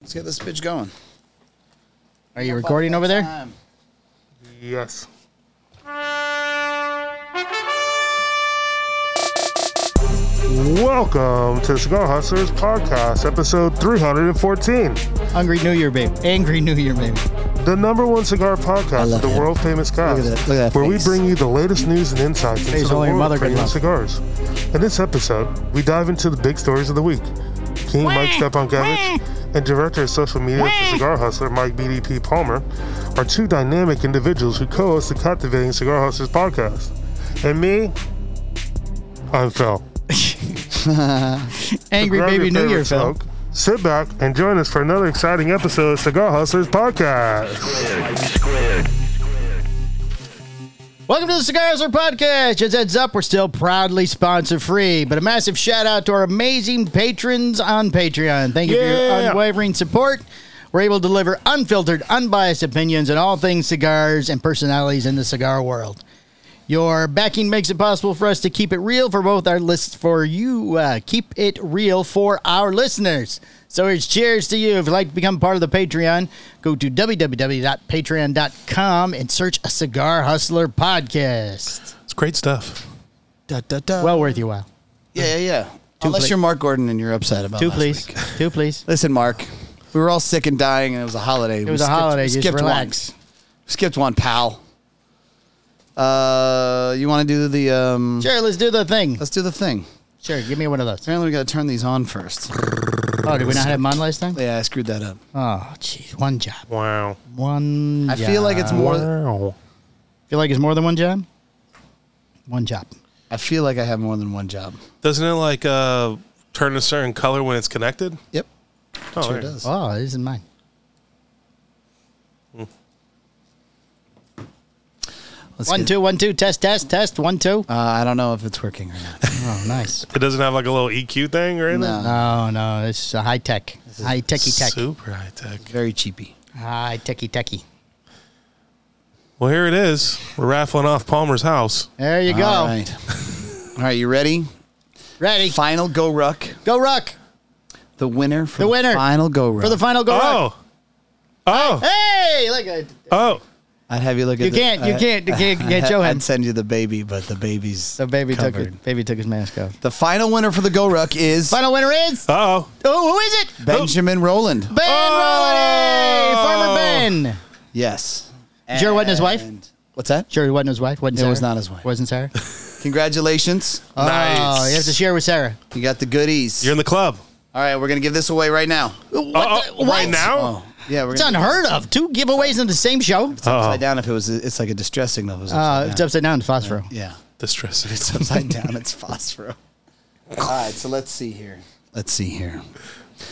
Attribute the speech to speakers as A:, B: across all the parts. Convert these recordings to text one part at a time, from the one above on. A: Let's get this bitch going. Are you recording over there?
B: Time.
C: Yes. Welcome to Cigar Hustlers Podcast, episode 314,
A: Hungry New Year, babe. Angry New Year, baby.
C: the number one cigar podcast
A: love
C: of the
A: him.
C: world famous cast,
A: that- look at that
C: where
A: face.
C: we bring you the latest news and insights into the
A: only your
C: world
A: mother
C: of
A: could
C: premium
A: love.
C: cigars. In this episode, we dive into the big stories of the week. King Mike Stepankevich and director of social media for Cigar Hustler Mike BDP Palmer are two dynamic individuals who co-host the captivating Cigar Hustlers podcast. And me, I'm Phil.
A: Angry
C: Grab
A: Baby New
C: your favorite
A: Year, Phil.
C: smoke, Sit back and join us for another exciting episode of Cigar Hustlers Podcast.
A: Welcome to the Cigars Are Podcast. As heads up, we're still proudly sponsor free, but a massive shout out to our amazing patrons on Patreon. Thank you for your
C: Yeah.
A: unwavering support. We're able to deliver unfiltered, unbiased opinions on all things cigars and personalities in the cigar world. Your backing makes it possible for us to keep it real for both our lists for you. Uh, keep it real for our listeners. So it's cheers to you. If you'd like to become part of the Patreon, go to www.patreon.com and search a Cigar Hustler podcast.
D: It's great stuff.
B: Da, da, da.
A: Well worth your while.
B: yeah, yeah, yeah. Unless
A: please.
B: you're Mark Gordon and you're upset about
A: Two
B: Oh, last
A: please.
B: week.
A: Two please.
B: Listen, Mark, we were all sick and dying, and it was a holiday.
A: It was a holiday. Just relax.
B: One. We skipped one, pal. Uh, you want to do the um?
A: Sure, let's do the thing.
B: Let's do the thing.
A: Sure, give me one of those.
B: Apparently, we got to turn these on first.
A: Oh, did we not have them on last time?
B: Yeah, I screwed that up.
A: Oh, jeez. One job.
C: Wow.
A: One
B: I feel like it's more.
C: Wow.
A: Feel like it's more than one job? One job.
B: I feel like I have more than one job.
D: Doesn't it like uh, turn a certain color when it's connected?
B: Yep,
D: Oh,
B: sure
D: yeah.
B: does.
A: Oh, this isn't mine.
B: Let's
A: One,
B: get-
A: two, one, two, test, test, test, one, two.
B: Uh, I don't know if it's working or not.
A: Oh, nice.
D: It doesn't have like a little EQ thing or anything.
B: No,
A: No, no, it's a high tech. High techie tech.
D: Super high tech.
B: very cheapy.
A: High techie techie.
D: Well, here it is. We're raffling off Palmer's house.
A: There you go.
B: All right, all right. You ready?
A: Ready.
B: Final go ruck.
A: Go Ruck
B: The winner for
A: The winner
B: final go ruck.
A: for the final go Ruck.
D: Oh. Oh.
A: Hey, look at
D: Oh.
B: I'd have you look at.
A: You
B: the- uh,
A: can't, you
B: I-
A: can't, you can't, you can't show him.
B: I'd send you the baby, but the baby's
A: So baby took
B: covered.
A: it. Baby took his mask off.
B: The final winner for the Go Ruck is
A: Final winner is
D: Oh.
A: oh, who is it?
B: Benjamin Rowland.
A: Ben
D: Oh.
A: Rowland. Farmer Ben.
B: Yes.
A: Sure wasn't his wife?
B: And- What's that?
A: Sure, he wasn't his wife. Wasn't
B: It
A: Sarah?
B: was not his wife.
A: Wasn't Sarah?
B: Congratulations.
A: Oh,
D: nice.
A: you have to share with Sarah.
B: You got the goodies.
D: You're in the club.
B: All right, we're gonna give this away right now.
D: Oh, oh,
A: what?
D: Right now?
B: Oh, yeah, we're
A: It's
B: gonna
A: unheard of. Two giveaways in the same show.
B: it's upside
D: Oh.
B: down. If it was, it's like a distress signal. if it was
A: Uh,
B: upside
A: it's
B: down.
A: upside down. It's Phosphoro.
B: yeah,
D: Distressing.
B: it's upside down. It's phosphor. All right, so let's see here. Let's see here.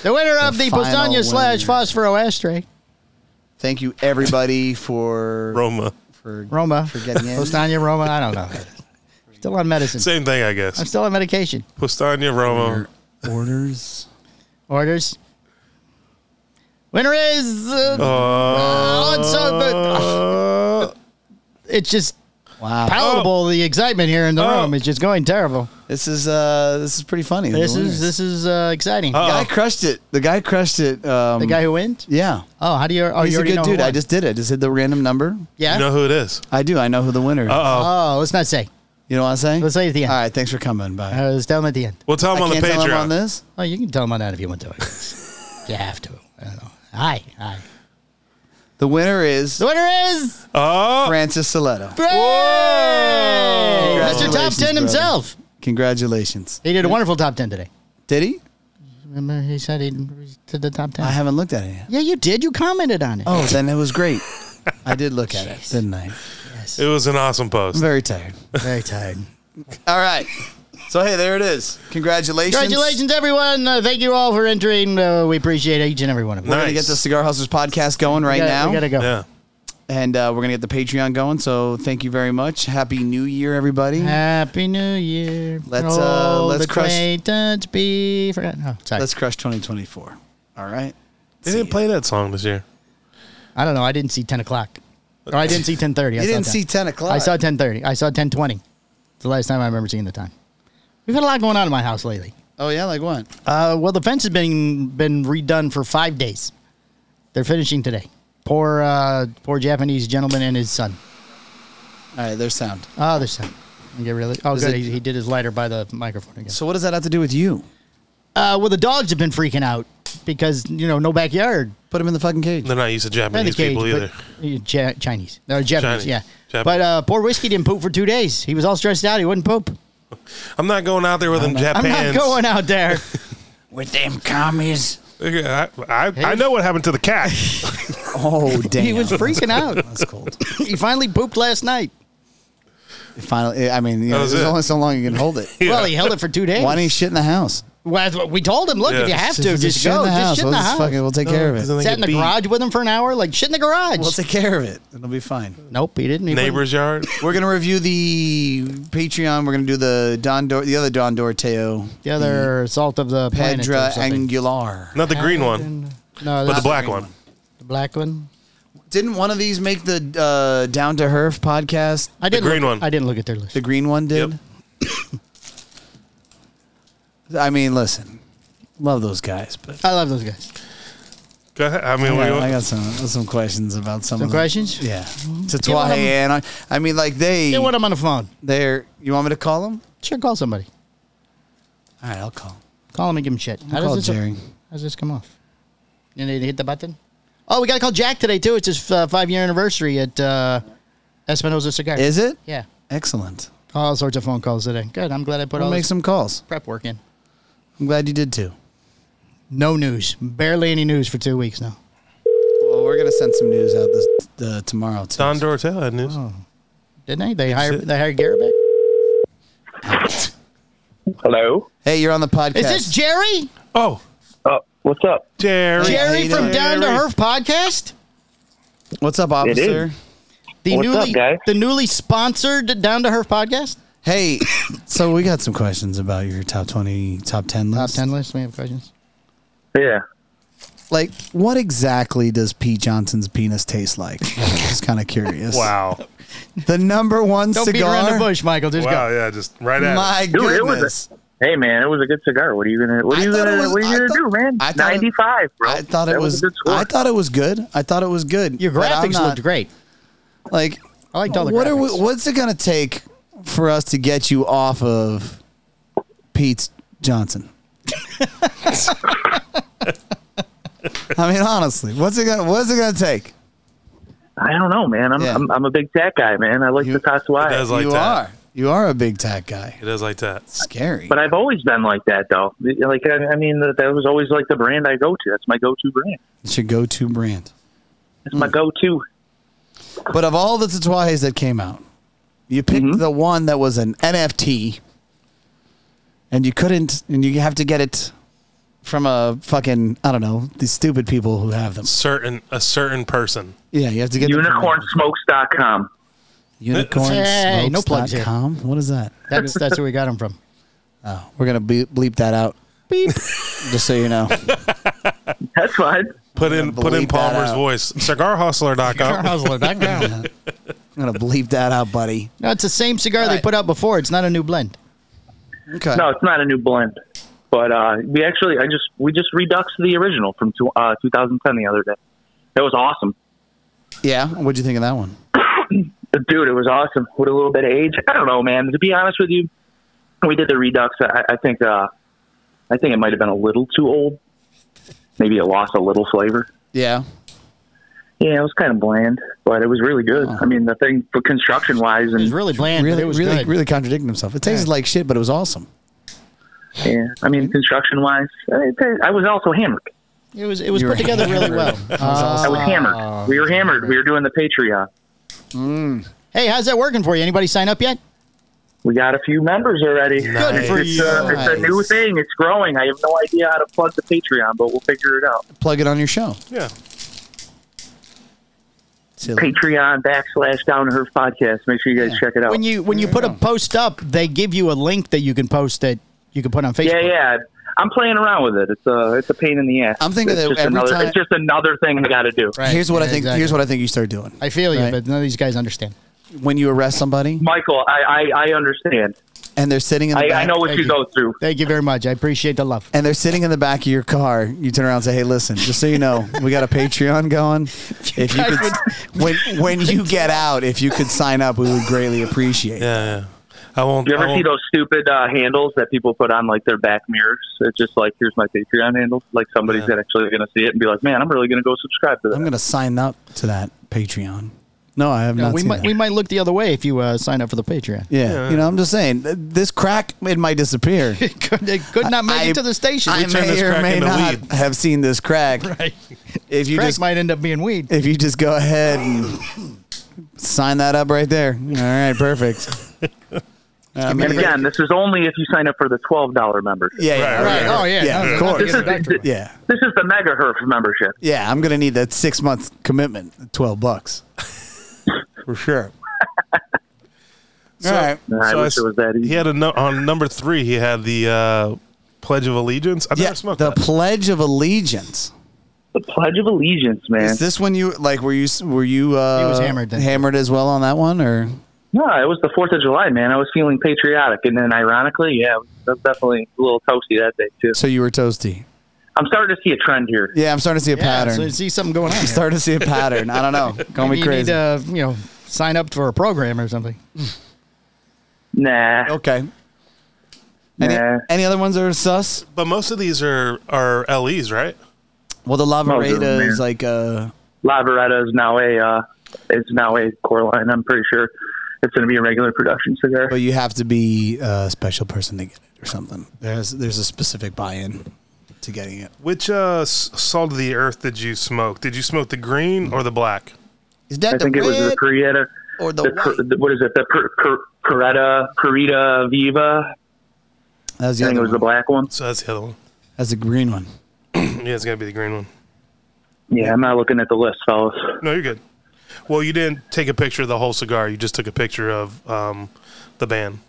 A: The winner of the,
B: The
A: Posania
B: final
A: slash
B: winner.
A: Phosphoro ashtray,
B: Thank you everybody for
D: Roma.
B: for
A: Roma,
B: for getting in.
A: Posania Roma. I don't know. Still on medicine.
D: Same thing, I
A: I'm
D: guess.
A: still on medication.
D: Postania Roma.
B: orders.
A: Orders. Winner is. Uh, oh,
D: Oh.
A: it's, so- but-
D: Uh,
A: it's just
B: Wow.
A: palatable the excitement here in the
D: Oh.
A: room. It's just going terrible.
B: This is uh this is pretty funny.
A: This
B: The
A: is
B: winners.
A: this is uh, exciting.
B: the guy
D: Uh-oh.
B: crushed it. The guy crushed it. Um,
A: The guy who wins.
B: yeah,
A: Oh, how do you? Oh,
B: he's
A: you
B: a
A: already
B: good
A: know who
B: dude.
A: won.
B: I just did it. I just hit the random number.
A: yeah.
D: You know who it is?
B: I do. I know who the winner. is.
D: Uh oh.
A: oh, let's not say.
B: You know what I'm saying?
A: Let's say it at the end.
B: All right. Thanks for coming. Bye.
A: Uh, let's tell them at the end.
D: We'll tell
B: I
D: him on the
B: can't tell him on
D: Patreon.
B: this.
A: Oh, you can tell them on that if you want to. you have to. I don't know. Hi, hi.
B: The winner is
A: The winner is
D: Oh.
B: Francis Saletto.
A: Hooray! Mr. Top
B: Congratulations,
A: Ten
B: brother.
A: himself.
B: Congratulations.
A: He did a wonderful top ten today.
B: Did he?
A: Remember, he said he did the top ten.
B: I haven't looked at it yet.
A: yeah, you did. You commented on it.
B: Oh, then it was great. I did look at it, didn't I?
A: yes.
D: It was an awesome
B: I'm
D: post.
B: very tired.
A: Very tired.
B: All right. So hey, there it is. Congratulations.
A: Congratulations, everyone. Uh, thank you all for entering. Uh, we appreciate each and every one of you.
D: Nice.
B: We're gonna get the Cigar Hustlers podcast going right
A: We gotta-
B: now.
A: we gotta go.
D: Yeah.
B: and uh, we're gonna get the Patreon going. So thank you very much. Happy New Year, everybody.
A: Happy New Year.
B: Let's, uh,
A: Old
B: let's crush-
A: acquaintance be forgotten. Oh, sorry.
B: Let's crush 2024. All right.
D: They
B: See
D: didn't
B: ya.
D: play that song this year.
A: I don't know. I didn't see ten o'clock. Or I didn't see ten thirty.
B: You didn't see 10 o'clock.
A: I saw ten thirty. I saw ten twenty. It's the last time I remember seeing the time. We've had a lot going on in my house lately.
B: Oh yeah, like what?
A: Uh, well, the fence has been been redone for five days. They're finishing today. Poor, uh, poor Japanese gentleman and his son.
B: All right, there's sound.
A: Oh, there's son. Get really. Oh,
B: Is
A: good.
B: it-
A: he, he did his lighter by the microphone again.
B: So what does that have to do with you?
A: Uh, well, the dogs have been freaking out because you know no backyard.
B: Put him in the fucking cage.
D: They're not used to
A: in the
D: Japanese
A: cage,
D: people either.
A: but- uh, Ja- Chinese or Japanese,
D: Chinese.
A: yeah.
D: Japanese.
A: But uh, poor whiskey didn't poop for two days. He was all stressed out. He wouldn't poop.
D: I'm not going out there with them
A: I'm
D: Japans.
A: not going out there.
B: With them commies.
D: I, I, I know what happened to the cat.
B: Oh damn.
A: he was freaking out.
B: That's cold.
A: he finally pooped last night.
B: Finally, eh, I mean, you know,
D: was
B: there's
D: it.
B: only so long you can hold it.
D: Yeah.
A: Well, he held it for two days.
B: Why don't you shit in the house?
A: Well, that's what we told him, look,
D: Yeah.
A: if you have to, just,
B: shit
A: go.
B: in the house.
A: Just shit in
B: we'll
A: the
B: just
A: house.
B: fucking, we'll take care of
D: because then
B: it.
D: they
A: Sat
D: get
A: in the
D: beat.
A: garage with him for an hour, like shit in the garage.
B: We'll take care of it. It'll be fine.
A: nope, he didn't. He wouldn't.
D: Neighbor's yard.
B: We're gonna review the Patreon. We're gonna do the Don Dor- the other Don Dorteo,
A: The other salt of the planet. or
B: Mm. Pedra
A: something.
B: Angular.
D: Not the green one,
A: No,
D: but
A: that's
D: the black
B: green
D: one.
B: one.
A: the black one.
B: Didn't one of these make the uh, Down to Herf podcast?
A: I didn't
D: green
A: look,
D: one.
A: I didn't look at their list.
B: The green one did. I mean, listen, love those guys, but
A: I love those guys.
D: Go ahead. I mean,
B: I
D: what do you
B: got, I
D: want?
B: got some some questions about some,
A: Some
B: of them.
A: questions?
B: Yeah, to
A: Get one
B: Twahe
A: of 'em.
B: and I, I mean, like they
A: Get one of them on the phone.
B: they're. You want me to call them?
A: Sure, call somebody.
B: All right, I'll call. 'em.
A: Call him and give him shit. How
B: I'll call
A: does, this,
B: Jerry.
A: how does this come off? You need to hit the button? Oh, we got to call Jack today, too. It's his uh, five year anniversary at uh, Espinosa Cigar.
B: Is it
A: Yeah.
B: excellent?
A: All sorts of phone calls today. Good. I'm glad I put
B: I'll
A: all
B: make
A: this
B: some calls.
A: prep work in.
B: I'm glad you did too.
A: No news. Barely any news for two weeks now.
B: Well, we're gonna send some news out this uh, tomorrow too.
D: Don Dortel had news.
A: Oh. Didn't they? They hired,
D: it.
A: they hired Garibek.
E: Hello.
B: hey, you're on the podcast.
A: Is this Jerry?
D: Oh,
E: Uh, what's up?
D: Jerry.
A: Jerry
B: you
A: from
B: doing?
A: Down to Earth podcast?
B: What's up,
E: It is.
B: officer?
A: The
E: What's
A: newly
E: up, guys?
A: the newly sponsored Down to Earth podcast?
B: Hey, so we got some questions about your top twenty, top ten
A: Top
B: list.
A: 10 list. We have questions.
E: Yeah.
B: Like, what exactly does P. Johnson's penis taste like? Just kind of curious.
D: Wow.
B: The number one
A: Don't beat
B: cigar.
A: around the bush, Michael. Just
D: Wow.
A: go.
D: Yeah. Just right at. it.
B: My
E: Dude, it was a-
B: goodness.
E: Hey man, it was a good cigar. What are you gonna? What
B: I
E: are you
B: thought it
E: gonna?
B: was-
E: what are you
B: I
E: gonna
B: thought-
E: do, man?
B: I thought it-
E: Ninety-five, bro.
B: I thought it
E: That
B: was.
E: a good score.
B: I thought it was good. I thought it was good.
A: Your
B: but I'm
A: graphics
B: not-
A: looked great.
B: Like,
A: I liked all the
B: what are we,
A: graphics.
B: what's it gonna take for us to get you off of Pete Johnson? I mean, honestly, what's it gonna what's it gonna take?
E: I don't know, man. I'm,
B: Yeah.
E: I'm I'm a big tech guy, man. I like
B: You-
E: the
D: It does
E: Tatsuai,
D: like
B: you
D: that.
B: are you are a big tack guy.
D: It does like that.
B: Scary.
E: but I've always been like that, though. Like I, I mean, that that was always like the brand I go to. That's my go-to brand.
B: It's your go-to brand.
E: That's
B: Hmm.
E: my go-to.
B: But of all the tatuajes that came out, you picked
E: Mm-hmm.
B: the one that was an NFT, and you couldn't, and you have to get it from a fucking I don't know these stupid people who have them.
D: Certain a certain person.
B: Yeah, you have to get them from-
E: Unicornsmokes.com.
A: Hey, no plugs here.
B: Unicornsmokes.com. What is that?
A: That's that's where we got him from.
B: Oh, we're gonna bleep, bleep that out. Beep. Just so you know.
E: That's fine.
D: Put in put in
B: bleep that
D: Palmer's
B: out.
D: voice. Cigarhustler.com.
A: Hustler, back down.
B: I'm gonna bleep that out, buddy.
A: No, it's the same cigar they
B: Right.
A: put out before. It's not a new blend.
B: Okay.
E: No, it's not a new blend, but uh, we actually, I just we just reduxed the original from two, uh, 2010 the other day. That was awesome.
B: Yeah. What'd you think of that one?
E: Dude, it was awesome. With a little bit of age, I don't know, man. To be honest with you, we did the redux. I, I think, uh, I think it might have been a little too old. Maybe it lost a little flavor.
B: Yeah.
E: Yeah, it was kind of bland, but it was really good. I mean, the thing for construction wise,
A: Oh. It was
E: and
A: really bland. but
B: Really,
A: it was
B: really,
A: good.
B: really contradicting himself. It tasted like shit, but it was awesome.
E: yeah, I mean, construction wise, I, I was also hammered.
A: It was it was
B: You
A: put
B: were
A: together really well.
E: I was
A: Uh,
E: hammered. We were hammered. We were doing the Patreon.
A: hey, how's that working for you? Anybody sign up yet?
E: We got a few members already.
A: Good for
E: It's, uh, it's
B: Nice.
E: a new thing. It's growing. I have no idea how to plug the Patreon, but we'll figure it out.
B: Plug it on your show.
D: Yeah.
B: Silly.
E: Patreon backslash Down to Her podcast. Make sure you guys check it out.
A: When you when you put a post up, they give you a link that you can post that you can put on Facebook.
E: yeah, yeah. I'm playing around with it. It's a it's a pain in the ass.
B: I'm thinking
E: it's
B: that
E: just
B: every
E: another,
B: time-
E: it's just another thing I got to do.
A: Right,
B: Here's what
A: yeah,
B: I think.
A: exactly.
B: Here's what I think you start doing.
A: I feel you,
B: Right.
A: but none of these guys understand.
B: When you arrest somebody,
E: Michael, I, I I understand.
B: and they're sitting in the
E: I,
B: back,
E: I know what
A: Thank
E: you
A: you.
E: go through.
A: Thank you very much. I appreciate the love.
B: and they're sitting in the back of your car. You turn around and say, "Hey, listen, just so you know, we got a Patreon going. If you could, when when you get out, if you could sign up, we would greatly appreciate." it.
D: Yeah, yeah. I won't.
E: You ever
D: I won't
E: see those stupid uh, handles that people put on like their back mirrors? It's just like here's my Patreon handle. Like somebody's
D: Yeah.
E: actually going to see it and be like, "Man, I'm really going to go subscribe to that."
B: I'm gonna sign up to that Patreon. No, I have not.
A: we
B: seen
A: might
B: that.
A: we might look the other way if you uh, sign up for the Patreon.
B: yeah, you know, I'm just saying th- this crack it might disappear.
A: It could, it could not make
B: I-
A: it to the station.
B: I
D: turn this
B: may or
D: crack
B: may
D: into
B: not
D: weed.
B: have seen this crack.
A: right.
B: If you
A: Crack
B: just
A: might end up being weed.
B: if you just go ahead and sign that up right there. All right, perfect. Uh,
E: And again, this is only if you sign up for the twelve dollar membership.
B: yeah, yeah,
D: Right,
A: Right.
D: right.
A: Oh yeah.
B: Yeah,
A: No,
B: of
A: no, no,
B: course.
A: get it back to me.
B: yeah.
E: This is the megahertz membership.
B: Yeah, I'm gonna need that six month commitment, twelve bucks, for sure. All right,
E: I
D: So
E: wish
D: I-
E: it was that easy.
D: He had a nu- on number three. He had the uh, Pledge of Allegiance. I've
B: yeah,
D: never smoked
B: the
D: that.
B: Pledge of Allegiance.
E: The Pledge of Allegiance, man.
B: Is this when you like? Were you were you? Uh,
A: He was hammered then.
B: Hammered as well on that one, or
E: No, it was the Fourth of July, man. I was feeling patriotic, and then ironically, yeah, I was definitely a little toasty that day too.
B: so you were toasty.
E: I'm starting to see a trend here.
B: Yeah, I'm starting to see a
A: Yeah,
B: pattern.
A: so you see something going on.
B: I'm
A: here.
B: starting to see a pattern. I don't know. Call me
A: you need uh,
B: crazy.
A: to you know sign up for a program or something.
E: Nah,
B: okay. Any,
E: Nah.
B: any other ones that are sus?
D: But most of these are are LEs, right?
B: Well, the
E: Those
B: Lavareda
E: are
B: is
E: weird.
B: like uh,
E: Lavaretta is now a uh, is now a core line. I'm pretty sure it's going to be a regular production cigar.
B: but you have to be a special person to get it or something. There's there's a specific buy-in to getting it.
D: Which uh, s- salt of the earth did you smoke? Did you smoke the green or the black?
B: Is that
E: I
B: the
E: think it
B: red Oh,
E: was the Prieta,
B: or the,
E: the,
B: white?
E: the what is it? The per, per, Peretta, Perita Viva.
B: that was the
E: I think
B: other
E: it was the
B: one.
E: black one.
D: So that's the other one.
B: That's the green one.
D: Yeah, it's gonna be the green one.
E: Yeah, I'm not looking at the list, fellas.
D: No, you're good. Well, you didn't take a picture of the whole cigar. You just took a picture of um, the band.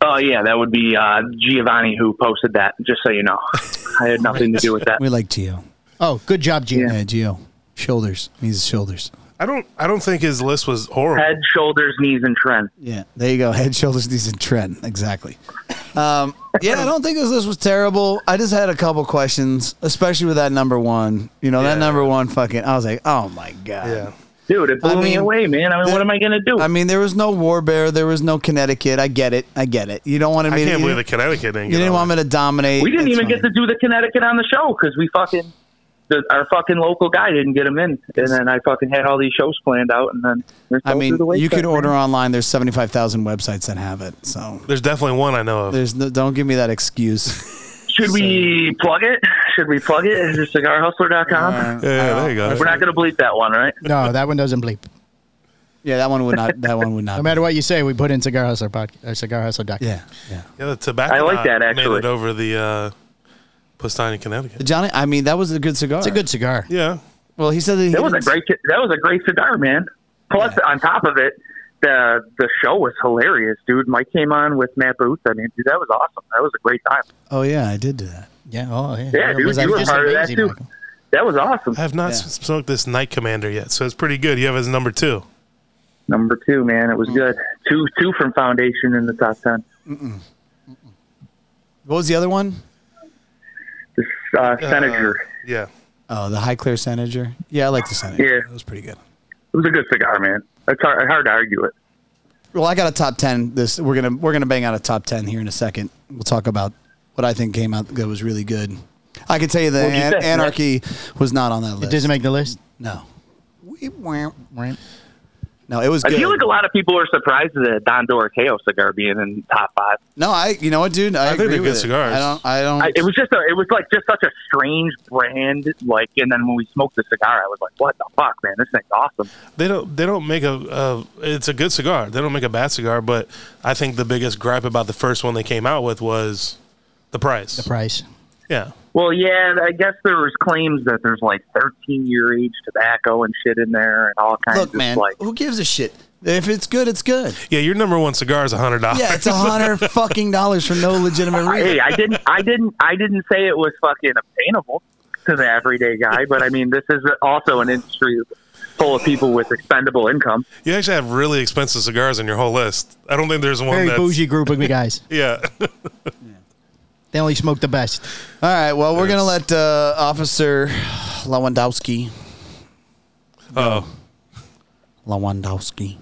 E: Oh yeah, that would be uh, Giovanni who posted that. Just so you know, I had nothing to do with that.
B: We like Geo.
A: Oh, good job, Gene.
B: Yeah, Geo. Shoulders. He Needs his shoulders.
D: I don't. I don't think his list was horrible.
E: Head, shoulders, knees, and trend.
B: Yeah, there you go. Head, shoulders, knees, and trend. Exactly. Um, yeah, I don't think this list was terrible. I just had a couple questions, especially with that number one. You know, that
D: Yeah.
B: number one fucking. I was like, oh my god.
D: Yeah.
E: Dude, it blew
B: I
E: me
B: mean,
E: away, man. I mean,
B: the-
E: what am I gonna do?
B: I mean, there was no War Bear. There was no Connecticut. I get it. I get it. You don't want to.
D: I
B: be-
D: can't
B: you,
D: believe the Connecticut didn't.
B: You didn't want me to dominate.
E: we didn't
B: That's
E: even get to
B: fine.
E: do the Connecticut on the show because we fucking the, our fucking local guy didn't get him in, and then I fucking had all these shows planned out, and then they're
B: I
E: still
B: mean,
E: through the
B: you
E: wayside,
B: can
E: man.
B: order online. There's 75,000 websites that have it. So
D: There's definitely one I know of.
B: there's no, don't give me that excuse.
E: Should we plug it? Should we plug it? Is it cigarhustler.com?
D: yeah, yeah, there you go.
B: Uh,
E: We're not going to bleep that one, right?
A: No, that one doesn't bleep.
B: Yeah, that one would not. That one would
A: No
B: not.
A: matter what you say, we put in cigar hustler podcast or cigar hustler doc.
B: yeah, yeah.
D: Yeah, the tobacco.
E: I like
D: knot
E: that,
D: Made
E: actually.
D: it over the uh, Pustine, Connecticut.
B: Johnny, I mean, that was a good cigar.
A: It's a good cigar.
D: Yeah.
B: Well, he said that he
E: That was a
B: didn't-
E: great. That was a great cigar, man. Plus, on top of it, the the show was hilarious, dude. Mike came on with Matt Booth. I mean, dude, that was awesome. That was a great time.
B: Oh yeah, I did do that.
A: Yeah. Oh, yeah.
E: Yeah, dude,
A: Was that
E: you were
A: just
E: part of that
A: amazing,
E: too.
A: Michael?
E: That was awesome.
D: I have not
B: Yeah.
D: s smoked this Night Commander yet, so it's pretty good. You have his number two.
E: Number two, man,
B: Mm.
E: it was good. Two two from Foundation in the top ten.
B: What was the other one?
E: This uh, Senator.
D: Uh, yeah.
B: Oh, the High Clear Senator. Yeah, I like the Senator.
E: Yeah.
B: that was pretty good.
E: It was a good cigar, man. It's hard, hard to argue it.
B: Well, I got a top ten. This we're gonna we're gonna bang out a top ten here in a second. We'll talk about what I think came out that was really good. I can tell you that
E: What'd you
B: An-
E: think, Nick?
B: Anarchy was not on that list.
A: It doesn't make the list.
B: no. Weep, wamp.
A: Right.
B: No, it was
E: I
B: good.
E: feel like a lot of people are surprised that Don Doroteo cigar being in top five.
B: no, I you know what, dude? I,
D: think
B: agree
D: they're
B: with
D: good
B: it.
D: cigars.
B: I don't. I don't.
E: I, it was just a, it was like just such a strange brand. Like, and then when we smoked the cigar, I was like, "What the fuck, man? This thing's awesome."
D: They don't. They don't make a. Uh, it's a good cigar. They don't make a bad cigar. But I think the biggest gripe about the first one they came out with was the price.
A: Price.
D: Yeah.
E: Well, yeah, I guess there was claims that there's like 13 year age tobacco and shit in there and all kinds
B: look,
E: of
B: man.
E: like.
B: who gives a shit? If it's good, it's good.
D: Yeah. Your number one cigar is a hundred dollars.
B: Yeah, it's a hundred fucking dollars for no legitimate reason.
E: Hey, I didn't, I didn't, I didn't say it was fucking obtainable. to the everyday guy, but I mean, this is also an industry full of people with expendable income.
D: You actually have really expensive cigars on your whole list. I don't think there's one
A: Very
D: that's
A: bougie group of guys.
D: yeah.
A: They only smoke the best.
B: All right. Well, we're gonna let uh, Officer Lewandowski.
D: oh,
B: Lewandowski.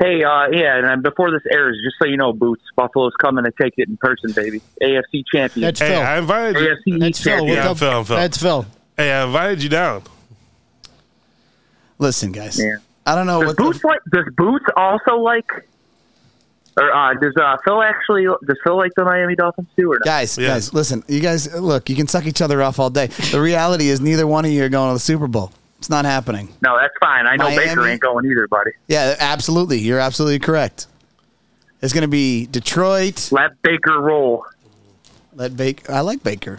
E: Hey, uh, yeah, and uh, before this airs, just so you know, Boots, Buffalo's coming to take it in person, baby. AFC champion.
A: That's
D: hey,
A: Phil.
D: I invited you.
E: AFC
A: That's Phil.
E: champion.
A: What
D: Yeah,
A: the-
D: I'm Phil, I'm Phil.
A: That's Phil.
D: Hey, I invited you down.
B: Listen, guys.
E: Yeah.
B: I don't know
E: Does
B: what. The,
E: Boots like? Does Boots also like? Or uh, does uh, Phil actually? Does Phil like the Miami Dolphins too, or not?
B: guys,
D: Yeah.
B: guys, listen. You guys, look. You can suck each other off all day. The reality is, neither one of you are going to the Super Bowl. It's not happening.
E: No, that's fine. I know
B: Miami?
E: Baker ain't going either, buddy.
B: Yeah, Uh, absolutely. You're absolutely correct. It's going to be Detroit.
E: Let Baker roll.
B: Let Baker. I like Baker.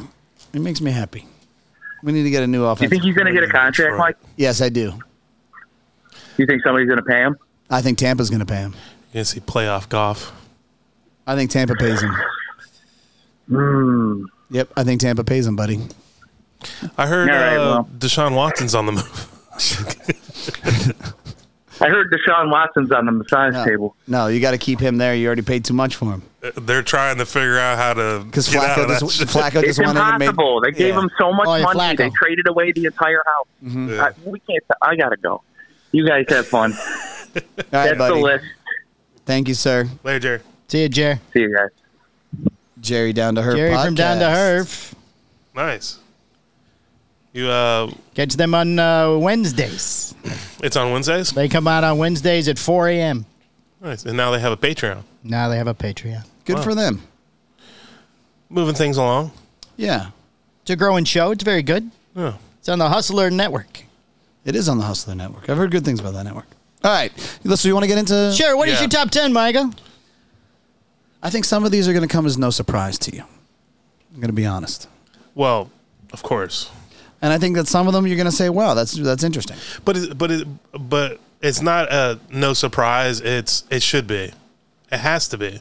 B: It makes me happy. We need to get a new offense.
E: You think he's going to get a contract, Mike?
B: yes, I do.
E: You think somebody's going to pay him?
B: I think Tampa's going to pay him.
D: You can see playoff golf.
B: I think Tampa pays him.
E: Hmm.
B: Yep, I think Tampa pays him, buddy.
D: I heard
E: All right,
D: uh,
E: well.
D: Deshaun Watson's on the move.
E: I heard Deshaun Watson's on the massage table.
B: No, you got to keep him there. You already paid too much for him.
D: They're trying to figure out how to
B: Because
D: get out
B: Flacco
D: of that
B: just
D: shit.
B: Flacco
E: It's
B: just went in and made.
E: impossible. they gave
B: Yeah.
E: him so much
A: Oh, yeah,
E: money.
A: Flacco.
E: They traded away the entire house.
D: Yeah.
E: I, we can't. I gotta go. You guys have fun.
B: All right,
E: That's the
B: buddy.
E: list.
B: Thank you, sir.
D: Later, Jerry.
A: See you, Jerry.
E: See you guys.
B: Jerry down to her.
A: Jerry from Down to
B: podcast.
A: Herf.
D: Nice. You uh,
A: Catch them on uh, Wednesdays.
D: it's on Wednesdays.
A: They come out on Wednesdays at 4 a.m.
D: Nice. And now they have a Patreon.
A: Now they have a Patreon.
B: Good
D: Wow.
B: for them.
D: Moving things along.
B: Yeah,
A: It's a growing show. It's very good.
D: Yeah.
A: It's on the Hustler Network.
B: it is on the Hustler Network. I've heard good things about that network. All right, so you want to get into?
A: Sure. What is
D: Yeah.
A: your top 10, Michael?
B: I think some of these are going to come as no surprise to you. I'm going to be honest,
D: Well, of course.
B: and I think that some of them you're going to say, "Wow, that's that's interesting."
D: But it, but it, but it's not a no surprise. It's it should be. It has to be.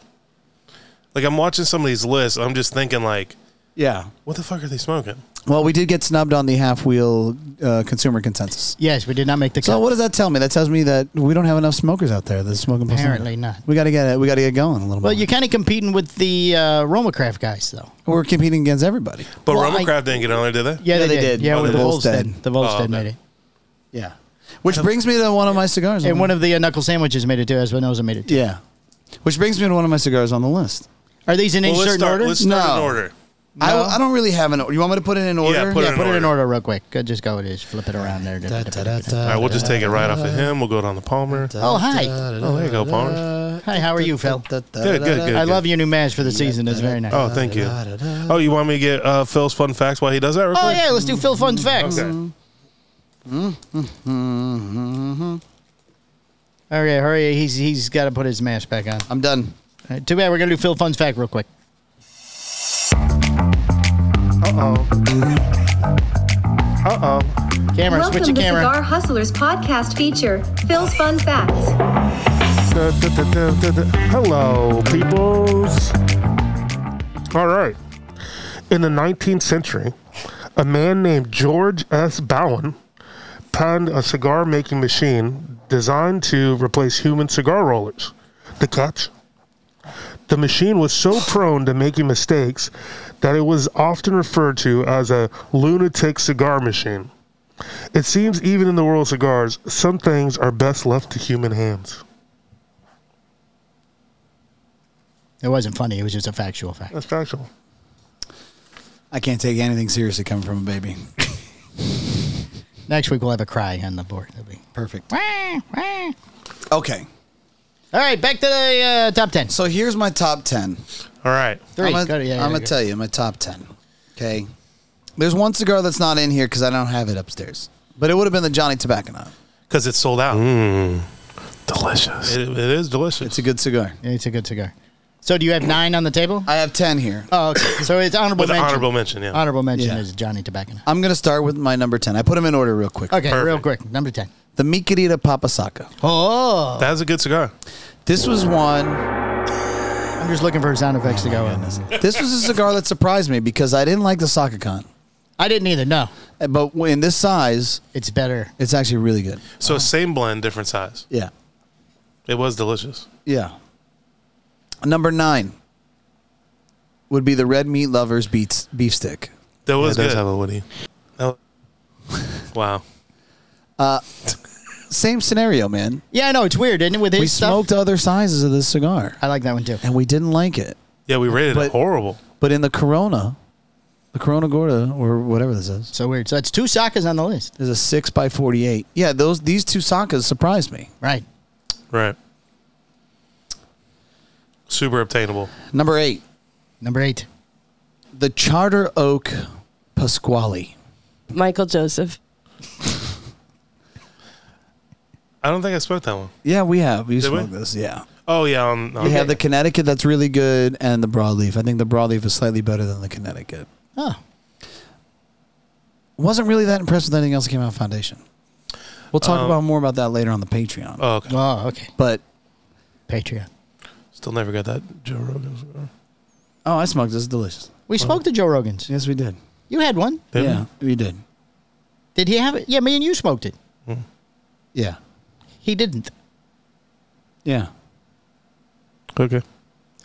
D: Like I'm watching some of these lists. I'm just thinking like,
B: Yeah.
D: what the fuck are they smoking?
B: Well, we did get snubbed on the half wheel uh, consumer consensus.
A: Yes, we did not make the cut.
B: So what does that tell me? That tells me that we don't have enough smokers out there that's smoking. Pacifica.
A: Apparently not.
B: We got to get it. We got to get going a little. more.
A: well, you're kind of competing with the uh, Romacraft guys, though.
B: we're competing against everybody.
D: But
A: Well,
D: Roma
A: I-
D: Craft didn't get on there, did they?
B: Yeah,
A: Yeah, they,
B: they
A: did.
B: did.
A: Yeah,
B: Oh,
A: with
B: they
A: the
B: did.
A: Volstead. The Volstead
D: Oh, okay.
A: made it.
B: Yeah. Which brings me to one of my cigars. on
A: And
B: the-
A: one of the uh, knuckle sandwiches made it too. Espinosa made it too.
B: yeah. Which brings me to one of my cigars on the list.
A: Are these in any
D: Well, let's
A: certain
D: start.
A: order?
D: Let's start
B: No.
D: in order.
A: No.
B: I, I don't really have an. You want me to put it in order?
D: put it
A: yeah,
D: in
A: put it in
D: order.
A: order real quick. Go- Just go it is. Flip it around there.
B: Da, da, da, da,
D: All right, we'll just take it right off of him. We'll go down to Palmer.
A: Oh, hi.
D: Oh, there you go, Palmer.
A: Hi, how are you, Phil?
D: Good, good, good.
A: I love your new mask for the season. It's very nice.
D: Oh, thank you. Oh, you want me to get uh, Phil's fun facts while he does that? Real
A: Oh
D: quick?
A: yeah, let's do Phil Fun's facts.
D: Okay.
A: Okay, hurry. He's he's got to put his mask back on.
B: I'm done.
A: Uh, Too bad we're gonna do Phil Fun's fact real quick.
C: Uh oh. Uh oh.
A: Camera,
F: Welcome
A: switch the
F: to
A: camera.
F: Cigar Hustlers podcast feature, Phil's Fun Facts.
C: Hello, peoples. All right. In the 19th century, a man named George S. Bowen patented a cigar making machine designed to replace human cigar rollers. The catch? The machine was so prone to making mistakes that it was often referred to as a lunatic cigar machine. It seems even in the world of cigars, some things are best left to human hands.
A: It wasn't funny. It was just a factual fact.
C: That's factual.
B: I can't take anything seriously coming from a baby.
A: Next week we'll have a cry on the board. It'll be-
B: Perfect.
A: Wah, wah.
B: Okay.
A: All right, back to the uh, top ten.
B: So here's my top 10.
D: All right.
A: Three.
B: I'm gonna,
A: Go to- yeah, yeah,
B: I'm gonna
A: go.
B: tell you my top ten. Okay, there's one cigar that's not in here because I don't have it upstairs, but it would have been the Johnny Tobacco. Nut.
D: Because it's sold out.
C: Mmm. Delicious.
D: It, it is delicious.
B: It's a good cigar.
A: It's a good cigar. So do you have nine on the table?
B: I have ten here.
A: Oh, okay. so it's honorable
D: With an
A: mention.
D: honorable mention, yeah.
A: Honorable mention
B: Uh, Yeah.
A: is Johnny Tobacco. Nut.
B: I'm gonna start with my number ten. I put them in order real quick.
A: Okay, real
D: Perfect.
A: quick, number ten.
B: The Mikarita Papasaka.
A: Oh,
D: That's a good cigar.
B: This was one.
A: I'm just looking for sound effects to go in.
B: This was a cigar that surprised me because I didn't like the Saka Con.
A: I didn't either. No,
B: Uh, But in this size,
A: it's better.
B: it's actually really good.
D: So same blend, different size.
B: Yeah.
D: It was delicious.
B: Yeah. Number nine would be the red meat lovers beats beef stick.
D: That was
C: it does
D: good.
C: have a woody.
D: That wa- wow.
B: Same scenario, man.
A: Yeah, I know it's weird, isn't it? With his
B: we
A: stuff,
B: smoked other sizes of this cigar
A: I like that one too.
B: and we didn't like it.
D: Yeah, we rated
B: But-
D: it horrible.
B: But in the Corona, the Corona Gorda or whatever this is,
A: So weird. So that's two Sakas on the list,
B: is a six by forty-eight. Yeah, those these two sakas surprised me.
A: right?
D: Right. Super obtainable.
B: Number eight,
A: Number eight.
B: the Charter Oak Pasquale.
G: Michael Joseph.
D: I don't think I smoked that one.
B: Yeah, we have we
D: Did we?
B: smoked this. Yeah,
D: Oh yeah, on, on
B: we have the Connecticut that's really good, and the broadleaf. I think the broadleaf is slightly better than the Connecticut.
A: Oh,
B: wasn't really that impressed with anything else that came out of Foundation. We'll talk
D: Um,
B: about more about that later on the Patreon.
D: Oh, okay.
A: oh, okay.
B: but
A: Patreon.
D: Still never got that Joe Rogan. cigar.
B: oh, I smoked this. It's delicious.
A: We smoked the Joe Rogans.
B: Yes, we did.
A: You had one.
D: Did we?
B: yeah, we? did.
A: Did he have it? Yeah, me and you smoked it.
B: Yeah,
A: He didn't.
B: yeah.
D: Okay.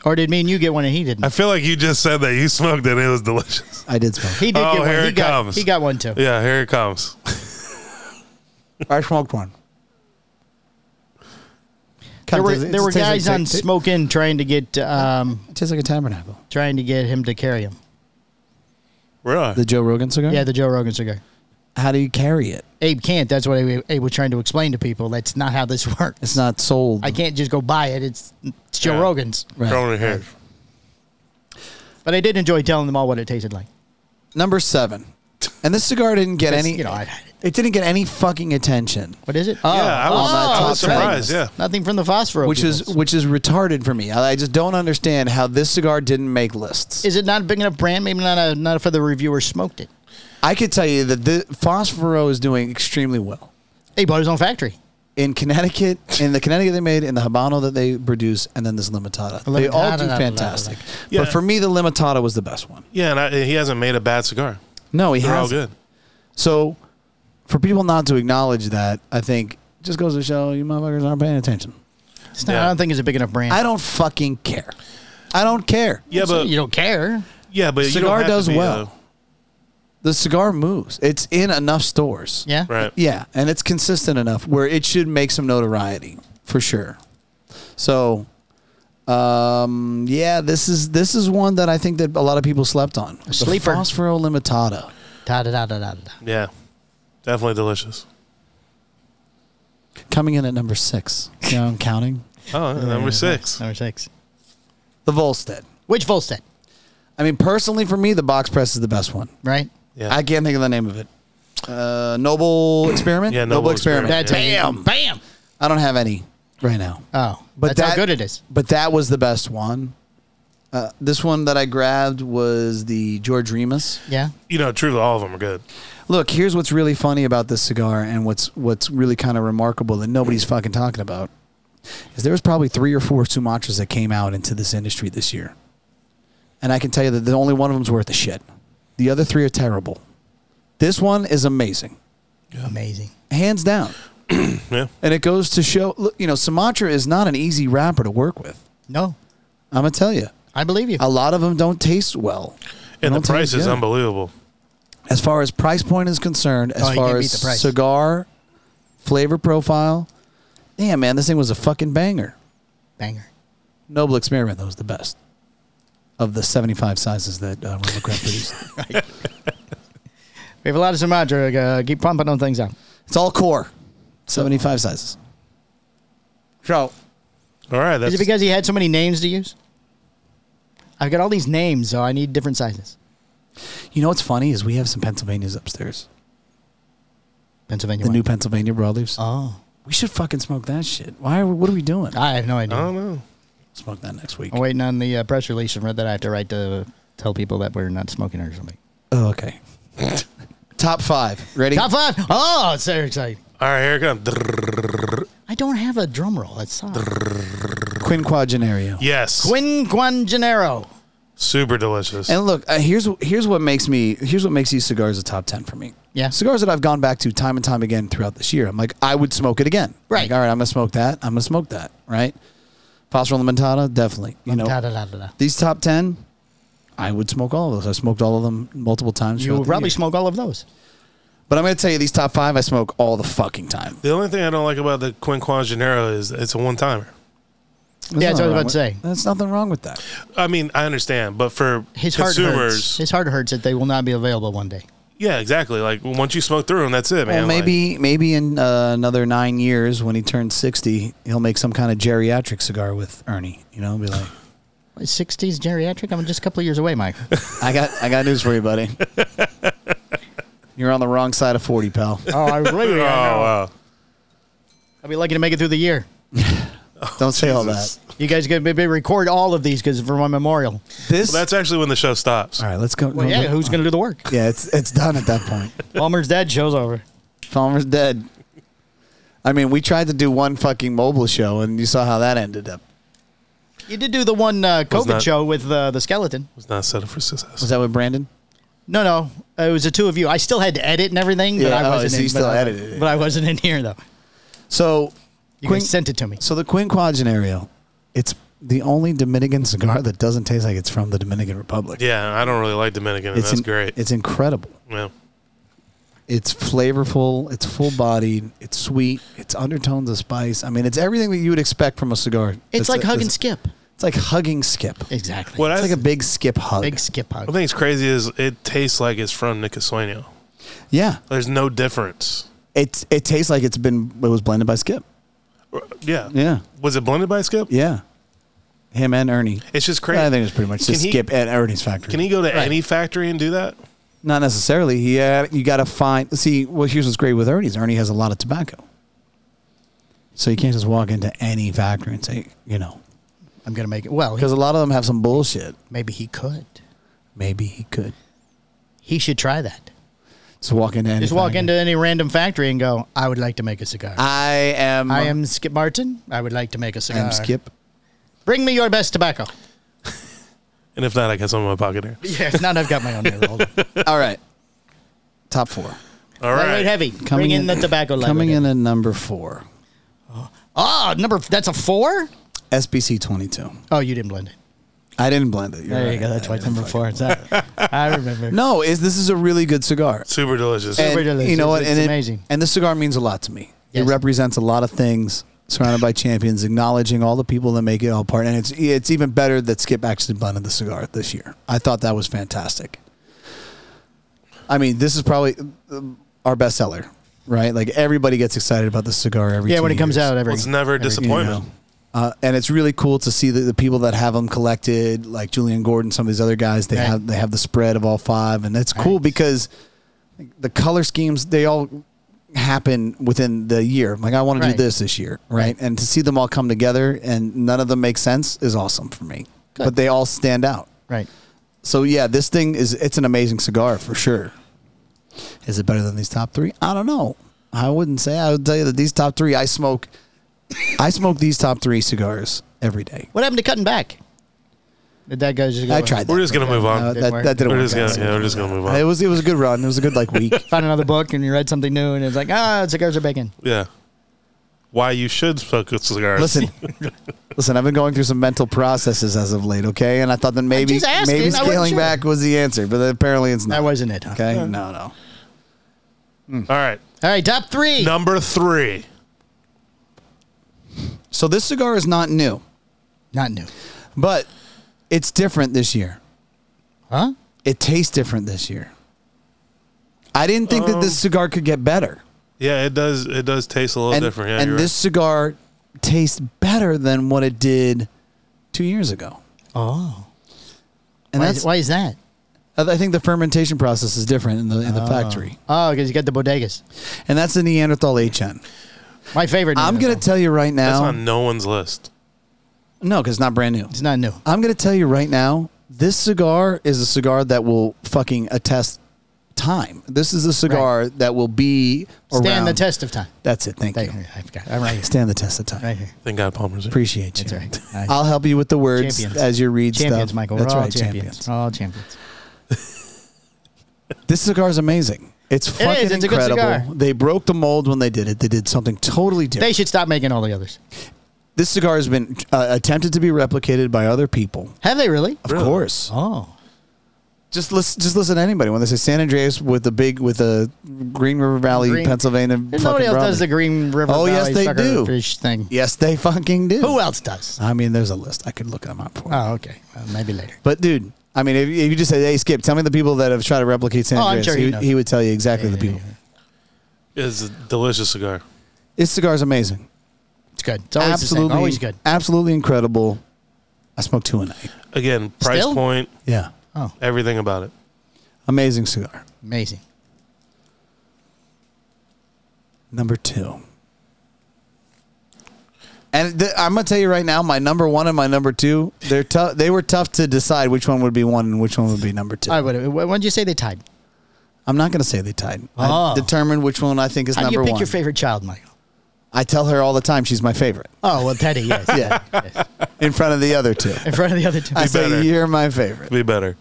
A: Or did me and you get one and he
D: I
A: didn't?
D: feel like you just said that you smoked it. It was delicious.
B: I did smoke.
A: He did
D: Oh,
A: get one.
D: here
A: he
D: it
A: got,
D: comes.
A: He got one too.
D: Yeah, here it comes.
B: I smoked one.
A: There were there were guys on smoking trying to get um,
B: It tastes like a tabernacle.
A: trying to get him to carry him.
D: Really?
B: The Joe Rogan cigar.
A: Yeah, the Joe Rogan cigar.
B: How do you carry it?
A: Abe can't. That's what Abe, Abe was trying to explain to people. That's not how this works.
B: It's not sold.
A: I can't just go buy it. It's, it's Joe
D: Yeah.
A: Rogan's.
B: Right.
D: Throwing it here.
A: But I did enjoy telling them all what it tasted like.
B: Number seven. And this cigar didn't get any.
A: you know, I had it.
B: it didn't get any fucking attention.
A: What is it? Oh,
D: Yeah, I was,
B: on that
D: I was
B: top ten.
D: surprised. Yeah.
A: nothing from the phosphor.
B: which is
A: peoples.
B: which is retarded for me. I, I just don't understand how this cigar didn't make lists.
A: is it not a big enough brand? Maybe not a, not for the reviewer smoked it.
B: I could tell you that the Phosphoro is doing extremely well
A: He bought his own factory.
B: in Connecticut, in the Connecticut they made, in the Habano that they produce, and then this Limitada. They all do
A: Limitada,
B: fantastic,
D: Yeah.
B: but for me the Limitada was the best one.
D: Yeah, and I, he hasn't made a bad cigar.
B: No, he
D: They're all
B: has
D: good.
B: So for people not to acknowledge that, I think just goes to show you motherfuckers aren't paying attention.
A: It's not,
D: Yeah.
A: I don't think it's a big enough brand.
B: I don't fucking care. I don't care.
D: Yeah, but
A: you don't care.
D: yeah, but you
B: Cigar
D: don't have
B: does
D: to be,
B: well. The cigar moves. It's in enough stores.
A: Yeah.
D: though. right.
B: Yeah, and it's consistent enough where it should make some notoriety for sure. So, um, yeah, this is this is one that I think that a lot of people slept on. The
A: sleeper.
B: Phosphoro Limitada.
A: Da, da, da, da, da, da.
D: Yeah, definitely delicious.
B: coming in at number six. You know, I'm counting
D: Oh, number six.
A: Number six.
B: the Volstead.
A: Which Volstead,
B: I mean, personally, for me, the box press is the best one.
A: right?
D: Yeah,
B: I can't think of the name of it. Uh, Noble Experiment.
D: Yeah, Noble Experiment.
A: That's
B: Bam,
A: bam.
B: I don't have any right now.
A: Oh,
B: But
A: that's how
B: that-
A: good it is.
B: But that was the best one. Uh, this one that I grabbed was the George Remus.
A: Yeah.
D: you know, truly, all of them are good.
B: Look, here's what's really funny about this cigar, and what's what's really kind of remarkable that nobody's fucking talking about is there was probably three or four Sumatras that came out into this industry this year, and I can tell you that the only one of them's worth a shit. The other three are terrible. This one is amazing,
A: Amazing.
B: hands down,
D: Yeah,
B: and it goes to show. Look, you know, Sumatra is not an easy wrapper to work with.
A: No,
B: I'm gonna tell you,
A: I believe you.
B: a lot of them don't taste well. They
D: and the
B: don't taste
D: price is
B: good.
D: unbelievable.
B: as far as price point is concerned, as
A: Oh, you
B: far
A: can't beat
B: as
A: the price.
B: cigar flavor profile, damn man, this thing was a fucking banger.
A: Banger.
B: Noble experiment, that was the best of the seventy-five sizes that uh, Royal Crab produced.
A: We have a lot of Sumatra. Uh, keep pumping on things out.
B: It's all core, seventy-five sizes. So
D: All right,
A: Is
D: that's
A: it because he had so many names to use? I've got all these names, so I need different sizes.
B: you know what's funny is we have some Pennsylvanias upstairs,
A: Pennsylvania.
B: the
A: wine.
B: new Pennsylvania broadleaves.
A: oh,
B: we should fucking smoke that shit. Why? Are we, what are we doing?
A: I have no idea.
D: I don't know.
B: smoke that next week.
A: I'm waiting on the uh, press release from Red that I have to write to tell people that we're not smoking or something.
B: Oh, okay. Top five. Ready?
A: Top five. Oh, it's so exciting.
D: All right, here it comes.
A: I don't have a drum roll. That's
B: Quinquagenario.
D: Yes,
A: Quinquangenero.
D: Super delicious.
B: And look, uh, here's here's what makes me here's what makes these cigars a top ten for me.
A: Yeah.
B: cigars that I've gone back to time and time again throughout this year. I'm like, I would smoke it again.
A: Right.
B: Like, all right, I'm gonna smoke that. I'm gonna smoke that. Right. Paso Lamentada, definitely. You know,
A: Da-da-da-da-da.
B: these top ten, I would smoke all of those. I smoked all of them multiple times.
A: You
B: throughout
A: will
B: the
A: probably
B: year.
A: smoke all of those.
B: but I'm gonna tell you, these top five, I smoke all the fucking time.
D: the only thing I don't like about the Quinquagenero is it's a one timer.
B: There's
A: Yeah, that's
B: nothing wrong
A: what I was about to
B: with- There's nothing wrong with that.
D: I mean, I understand, but for
A: His heart hurts.
D: consumers,
A: His heart hurts that they will not be available one day.
D: yeah, exactly. Like once you smoke through them, that's it, man.
B: well, maybe maybe in uh, another nine years, when he turns sixty, he'll make some kind of geriatric cigar with Ernie. You know, be like.
A: Sixties geriatric. I'm just a couple of years away, Mike.
B: I got I got news for you, buddy. You're on the wrong side of forty, pal.
A: oh, I really.
D: Like, oh
A: I know.
D: wow.
A: I'll be lucky to make it through the year.
B: Don't say all that.
D: Jesus.
A: You guys gonna be, be- record all of these because for my memorial.
B: This.
D: Well, that's actually when the show stops.
B: all right. Let's go.
A: Well, yeah, who's gonna do the work?
B: Yeah, it's it's done at that point.
A: Palmer's dead. Show's over.
B: Palmer's dead. I mean, we tried to do one fucking mobile show, and you saw how that ended up.
A: You did do the one uh, COVID
D: not-
A: show with uh, the skeleton.
D: It's not set up for success.
B: Was that with Brandon?
A: No, no, uh, it was the two of you. I still had to edit and everything, but
B: Yeah,
A: I
B: oh,
A: wasn't.
B: so
A: in,
B: you
A: but
B: still
A: I-
B: edited it.
A: but I wasn't in here though.
B: So,
A: You
B: Quin-
A: guys sent it to me.
B: so the quinquagenario. It's the only Dominican cigar that doesn't taste like it's from the Dominican Republic.
D: Yeah, I don't really like Dominican, and
B: it's
D: that's
B: in-
D: great.
B: It's incredible.
D: yeah.
B: It's flavorful. It's full bodied. It's sweet. It's undertones of spice. I mean, it's everything that you would expect from a cigar.
A: It's like hug and
B: it's-
A: skip.
B: It's like hugging skip. It's
A: Exactly.
D: What I,
B: like a big skip hug.
A: Big skip
D: I
A: hug.
D: think is crazy is it tastes like it's from Nicosueno.
B: yeah.
D: There's no difference.
B: It's it tastes like it's been it was blended by Skip.
D: Yeah.
B: Yeah.
D: Was it blended by Skip?
B: Yeah. Him and Ernie.
D: It's just crazy.
B: I think it's pretty much
D: Can
B: just
D: he-
B: Skip at Ernie's factory.
D: Can he go to any factory and do that?
B: Not necessarily. Yeah, you got to find. See, well, here's what's great with Ernie's. Ernie has a lot of tobacco, so you can't just walk into any factory and say, you know,
A: I'm gonna make it. Well, he-
B: because a lot of them have some bullshit.
A: maybe he could.
B: Maybe he could.
A: He should try that.
B: Just walk into any
A: Just walk
B: factory.
A: into any random factory and go, I would like to make a cigar. I,
B: I am.
A: am Skip Martin. I would like to make a
B: I
A: cigar.
B: am Skip.
A: Bring me your best tobacco.
D: And if not, I got some in my pocket here.
A: Yes, now that I've got my own here. Hold on.
B: All right. Top four.
D: All
A: Lightweight
D: right.
A: heavy. Bring in, the tobacco lightweight
B: Coming in
A: heavy.
B: at number four,
A: Oh, number, that's a four?
B: SBC 22.
A: Oh, you didn't blend it.
B: I didn't blend it. You're
A: There you
B: right.
A: go. That's
B: I
A: why it's
B: didn't
A: number
B: fucking-
A: four. It's that. I remember.
B: No, is this is a really good cigar.
D: Super delicious.
B: And
A: delicious.
B: you know what?
A: It's
B: and it-
A: amazing.
B: and the cigar means a lot to me.
A: Yes.
B: It represents a lot of things. Surrounded by champions, acknowledging all the people that make it all part, and it's it's even better that Skip actually blended the cigar this year. I thought that was fantastic. I mean, this is probably um, our best seller, right? Like everybody gets excited about this cigar every.
A: Yeah,
B: two
A: when it comes
B: years.
A: out, every.
D: Well, it's never a
B: you know.
D: disappointment.
B: Uh, and it's really cool to see the, the people that have them collected, like Julian Gordon, some of these other guys. They
A: Right.
B: have they have the spread of all five, and that's cool because the color schemes they all happen within the year. Like I want to
A: Right.
B: do this this year, right? And to see them all come together and none of them make sense is awesome for me.
A: Good.
B: But they all stand out.
A: Right.
B: So yeah, this thing is it's an amazing cigar for sure. Is it better than these top three? I don't know. I wouldn't say. I would tell you that these top three I smoke I smoke these top three cigars every day.
A: What happened to cutting back? Did that guy just go?
B: I tried that.
D: We're just gonna move on.
B: No,
A: Didn't
B: that,
A: work.
B: that didn't
D: We're
B: work
D: just gonna,
B: out.
D: yeah, we're just gonna move
B: It
D: on.
B: was it was a good run. It was a good like week.
A: Found another book and you read something new and it's like, ah, cigars are bacon.
D: Yeah. Why you should smoke with cigars?
B: Listen, listen. I've been going through some mental processes as of late, okay? And I thought that maybe
A: just asking. I
B: maybe
A: wasn't
B: scaling
A: sure.
B: back was the answer, but apparently it's not.
A: That wasn't it.
B: okay. No, no.
D: All right.
A: All right, top three.
D: Number three.
B: So this cigar is not new,
A: Not new.
B: but it's different this year.
A: Huh?
B: It tastes different this year. I didn't think that this cigar could get better.
D: Yeah, it does. It does taste Oh. a little
B: and
D: different. Yeah,
B: and
D: you're
B: this cigar tastes better than what it did two years ago.
A: Oh.
B: And
A: why,
B: that's
A: is, why is that?
B: I I think the fermentation process is different in the in the factory,
A: Oh, because you got the bodegas.
B: and that's the Neanderthal HN.
A: My favorite.
B: I'm gonna
A: Neanderthal.
B: tell you right
D: right. That's
B: now,
D: on no one's list.
B: no, because it's not brand new.
A: It's not new.
B: I'm gonna tell you right now, this cigar is a cigar that will fucking attest time. This is a cigar that will be
A: Stand
B: around-
A: the test of time.
B: That's it. Thank
A: There
B: you.
A: you go. I forgot. I'm right here.
B: Stand the test of time.
A: Right here.
D: Thank God Palmer's here.
B: Appreciate you.
A: That's right. Nice.
B: I'll help you with the words
A: Champions.
B: as you read
A: Champions,
B: stuff.
A: Michael.
B: That's
A: We're all
B: right,
A: champions.
B: champions.
A: We're all champions.
B: This cigar is amazing. It's fucking
A: It's a good
B: incredible.
A: cigar.
B: They broke the mold when they did it. They did something totally different.
A: They should stop making all the others.
B: this cigar has been uh, attempted to be replicated by other people.
A: Have they really?
B: Of course.
A: Oh.
B: Just listen. Just listen to anybody when they say San Andreas with the big with the Green River Valley,
A: Green-
B: Pennsylvania.
A: There's
B: fucking
A: nobody else does
B: brother.
A: the Green River
B: Oh, yes,
A: Valley
B: they
A: sucker
B: do. Uh,
A: fish thing.
B: Yes, they fucking do.
A: Who else does?
B: I mean, there's a list. I could look them up for. you.
A: Oh, okay. Well, maybe later.
B: But dude, I mean, if, if you just say, "Hey, Skip, tell me the people that have tried to replicate San
A: Oh, I'm
B: Andreas,"
A: sure he
B: he,
A: knows.
B: would- he would tell you exactly the people.
D: It's a delicious cigar.
B: This cigar is amazing.
A: It's good. It's always
B: absolutely,
A: the same. Always good.
B: Absolutely incredible. I smoke two a night.
D: Again, price
A: Still?
D: point,
B: Yeah,
A: Oh,
D: everything about it.
B: amazing cigar.
A: amazing.
B: Number two. And th- I'm gonna tell you right now, my number one and my number two, they're tough. They were tough to decide which one would be one and which one would be number two.
A: I would. When did you say they tied?
B: I'm not gonna say they tied. I
A: Oh.
B: determined which one I think is
A: How do
B: number
A: you pick
B: one.
A: your favorite child, Michael?
B: I tell her all the time she's my favorite
A: Oh, well, Teddy. Yes.
B: Yeah.
A: yes.
B: in front of the other two.
A: In front of the other two,
B: I say
D: better.
B: you're my favorite.
D: Be better.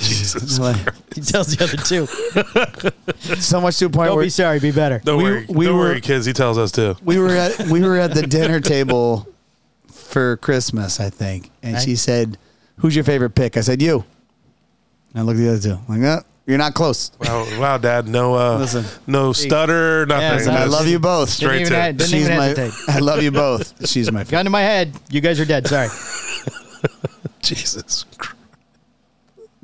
B: Like,
A: he tells the other two,
B: so much to a point
A: "Don't
B: where
A: be sorry, be better."
D: Don't
B: We-
D: worry.
B: we
D: Don't
B: were-
D: worry, kids. He tells us too.
B: we were at we were at the dinner table for Christmas, I think, and she
A: Right.
B: said, "Who's your favorite pick?" I said, "You." And I looked at the other two. I'm like, "Uh, you're not close.
D: Wow, wow Dad. No, uh,
B: Listen.
D: no stutter, nothing.
A: listen,
B: I
D: That's-
B: love you both.
D: Straight
A: even
D: to
A: add-
D: it.
A: Didn't
B: She's
A: even
B: my.
A: hesitate.
B: I love you both. She's my. favorite.
A: Gun to my head. You guys are dead. Sorry.
D: Jesus. Christ.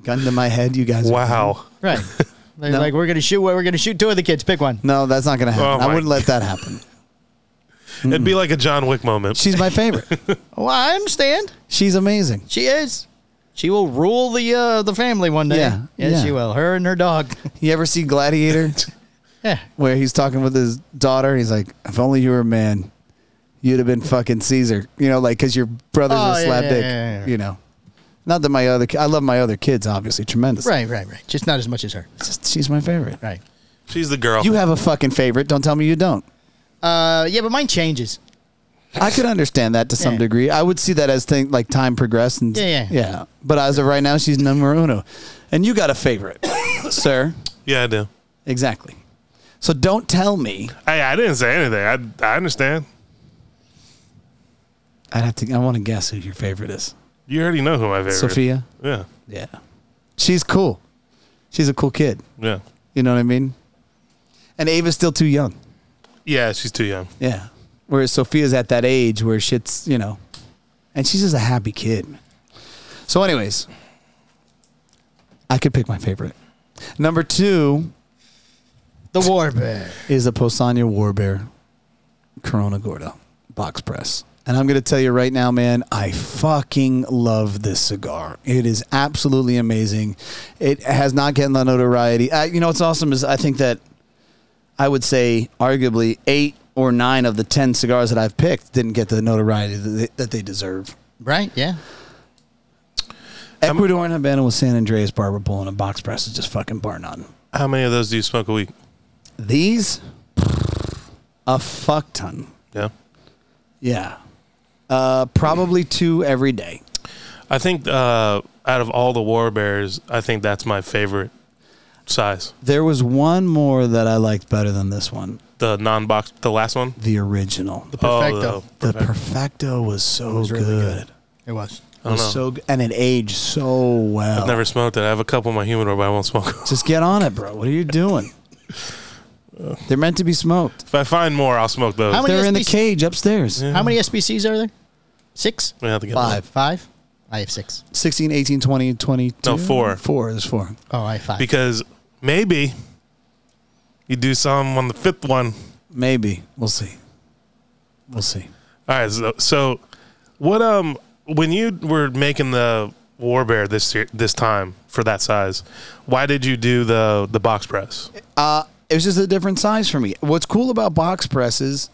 B: Gun to my head, you guys. are-
D: Wow.
A: Right. They're
B: No.
A: Like we're gonna shoot. We're gonna shoot two of the kids. Pick one.
B: No, that's not gonna happen.
D: Oh,
B: I
D: my-
B: wouldn't let that happen.
D: It'd be like a John Wick moment.
B: She's my favorite.
A: Well, I understand.
B: She's amazing.
A: She is. She will rule the uh, the family one day.
B: Yeah,
A: Yes,
B: yeah.
A: she will. Her and her dog.
B: You ever see Gladiator?
A: yeah.
B: where he's talking with his daughter. He's like, if only you were a man, you'd have been fucking Caesar. You know, like, because your brother's
A: Oh,
B: a
A: yeah,
B: slab
A: yeah,
B: dick,
A: yeah, yeah.
B: you know. Not that my other, ki- I love my other kids, obviously, tremendously.
A: Right. Right. Right. Just not as much as her.
B: It's just- she's my favorite.
A: Right.
D: She's the girl.
B: You have a fucking favorite. Don't tell me you don't.
A: Uh. Yeah. But mine changes.
B: I could understand that to some
A: Yeah.
B: degree. I would see that as thing like time progressed and
A: Yeah, yeah.
B: But as of right now, she's number uno, and you got a favorite, sir.
D: yeah, I do.
B: Exactly. So don't tell me.
D: Hey, I didn't say anything. I, I understand.
B: I'd have to. I want to guess who your favorite is.
D: You already know who my favorite. is.
B: Sophia.
D: Yeah.
B: Yeah. She's cool. She's a cool kid.
D: Yeah.
B: You know what I mean? And Ava's still too young.
D: Yeah. She's too young.
B: Yeah. Whereas Sophia's at that age where shit's, you know, and she's just a happy kid. So, anyways, I could pick my favorite. Number two
A: The war bear.
B: is the Posania Warbear Corona Gorda box press. And I'm going to tell you right now, man, I fucking love this cigar. It is absolutely amazing. It has not gotten the notoriety. Uh, you know what's awesome is I think that I would say arguably eight or nine of the 10 cigars that I've picked didn't get the notoriety that they, that they deserve.
A: Right. Yeah.
B: Ecuador and Havana with San Andreas Barber Bull and a box press is just fucking bar none.
D: How many of those do you smoke a week?
B: These, a fuck ton.
D: Yeah.
B: Yeah. Uh, probably two every day.
D: I think uh, out of all the war bears, I think that's my favorite size.
B: There was one more that I liked better than this one,
D: The non box, the last one. Oh,
B: the original. The,
A: Perfecto.
B: Perfecto was so
A: really
B: good.
A: It was.
D: I
B: It
D: don't
B: was
D: know.
B: so good. And it aged so well.
D: I've never smoked it. I have a couple in my humidor, but I won't smoke. 'em.
B: Just get on it, bro. What are you doing? They're meant to be smoked.
D: if I find more, I'll smoke those.
A: How many
B: They're in the
A: SBC
B: cage upstairs.
A: How many SBCs are there? Six.
D: We have to get
B: Five.
A: Five. I have six.
B: 16, 18, 20, 22.
D: No, four.
B: Four. There's four.
A: Oh, I have five.
D: because maybe you do some on the fifth one.
B: Maybe. We'll see. We'll see.
D: All right. So, so what? Um, when you were making the war bear this year, this time for that size, why did you do the the box press?
B: Uh, it was just a different size for me. What's cool about box presses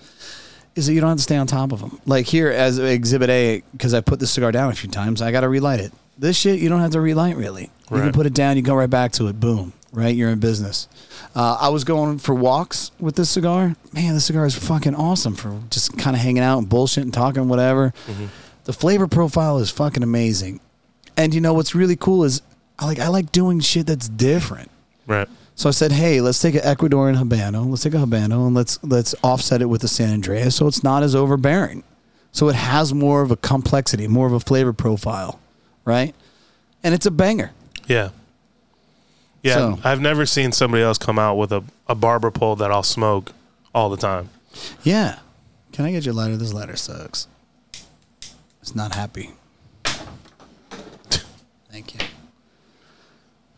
B: is that you don't have to stay on top of them. Like here as Exhibit A, because I put this cigar down a few times, I got to relight it. This shit, you don't have to relight really. You can
D: Right.
B: put it down, you go right back to it. Boom. right? You're in business. Uh, I was going for walks with this cigar. Man, this cigar is fucking awesome for just kind of hanging out and bullshit and talking, whatever. The flavor profile is fucking amazing. And you know what's really cool is I like I like doing shit that's different.
D: Right.
B: So I said, "Hey, let's take an Ecuadorian habano. Let's take a habano and let's let's offset it with a San Andreas, so it's not as overbearing. So it has more of a complexity, more of a flavor profile, right? And it's a banger.
D: Yeah. Yeah.
B: So-
D: I've never seen somebody else come out with a, a barber pole that I'll smoke all the time.
B: Yeah. Can I get your lighter? This lighter sucks. It's not happy. Thank you.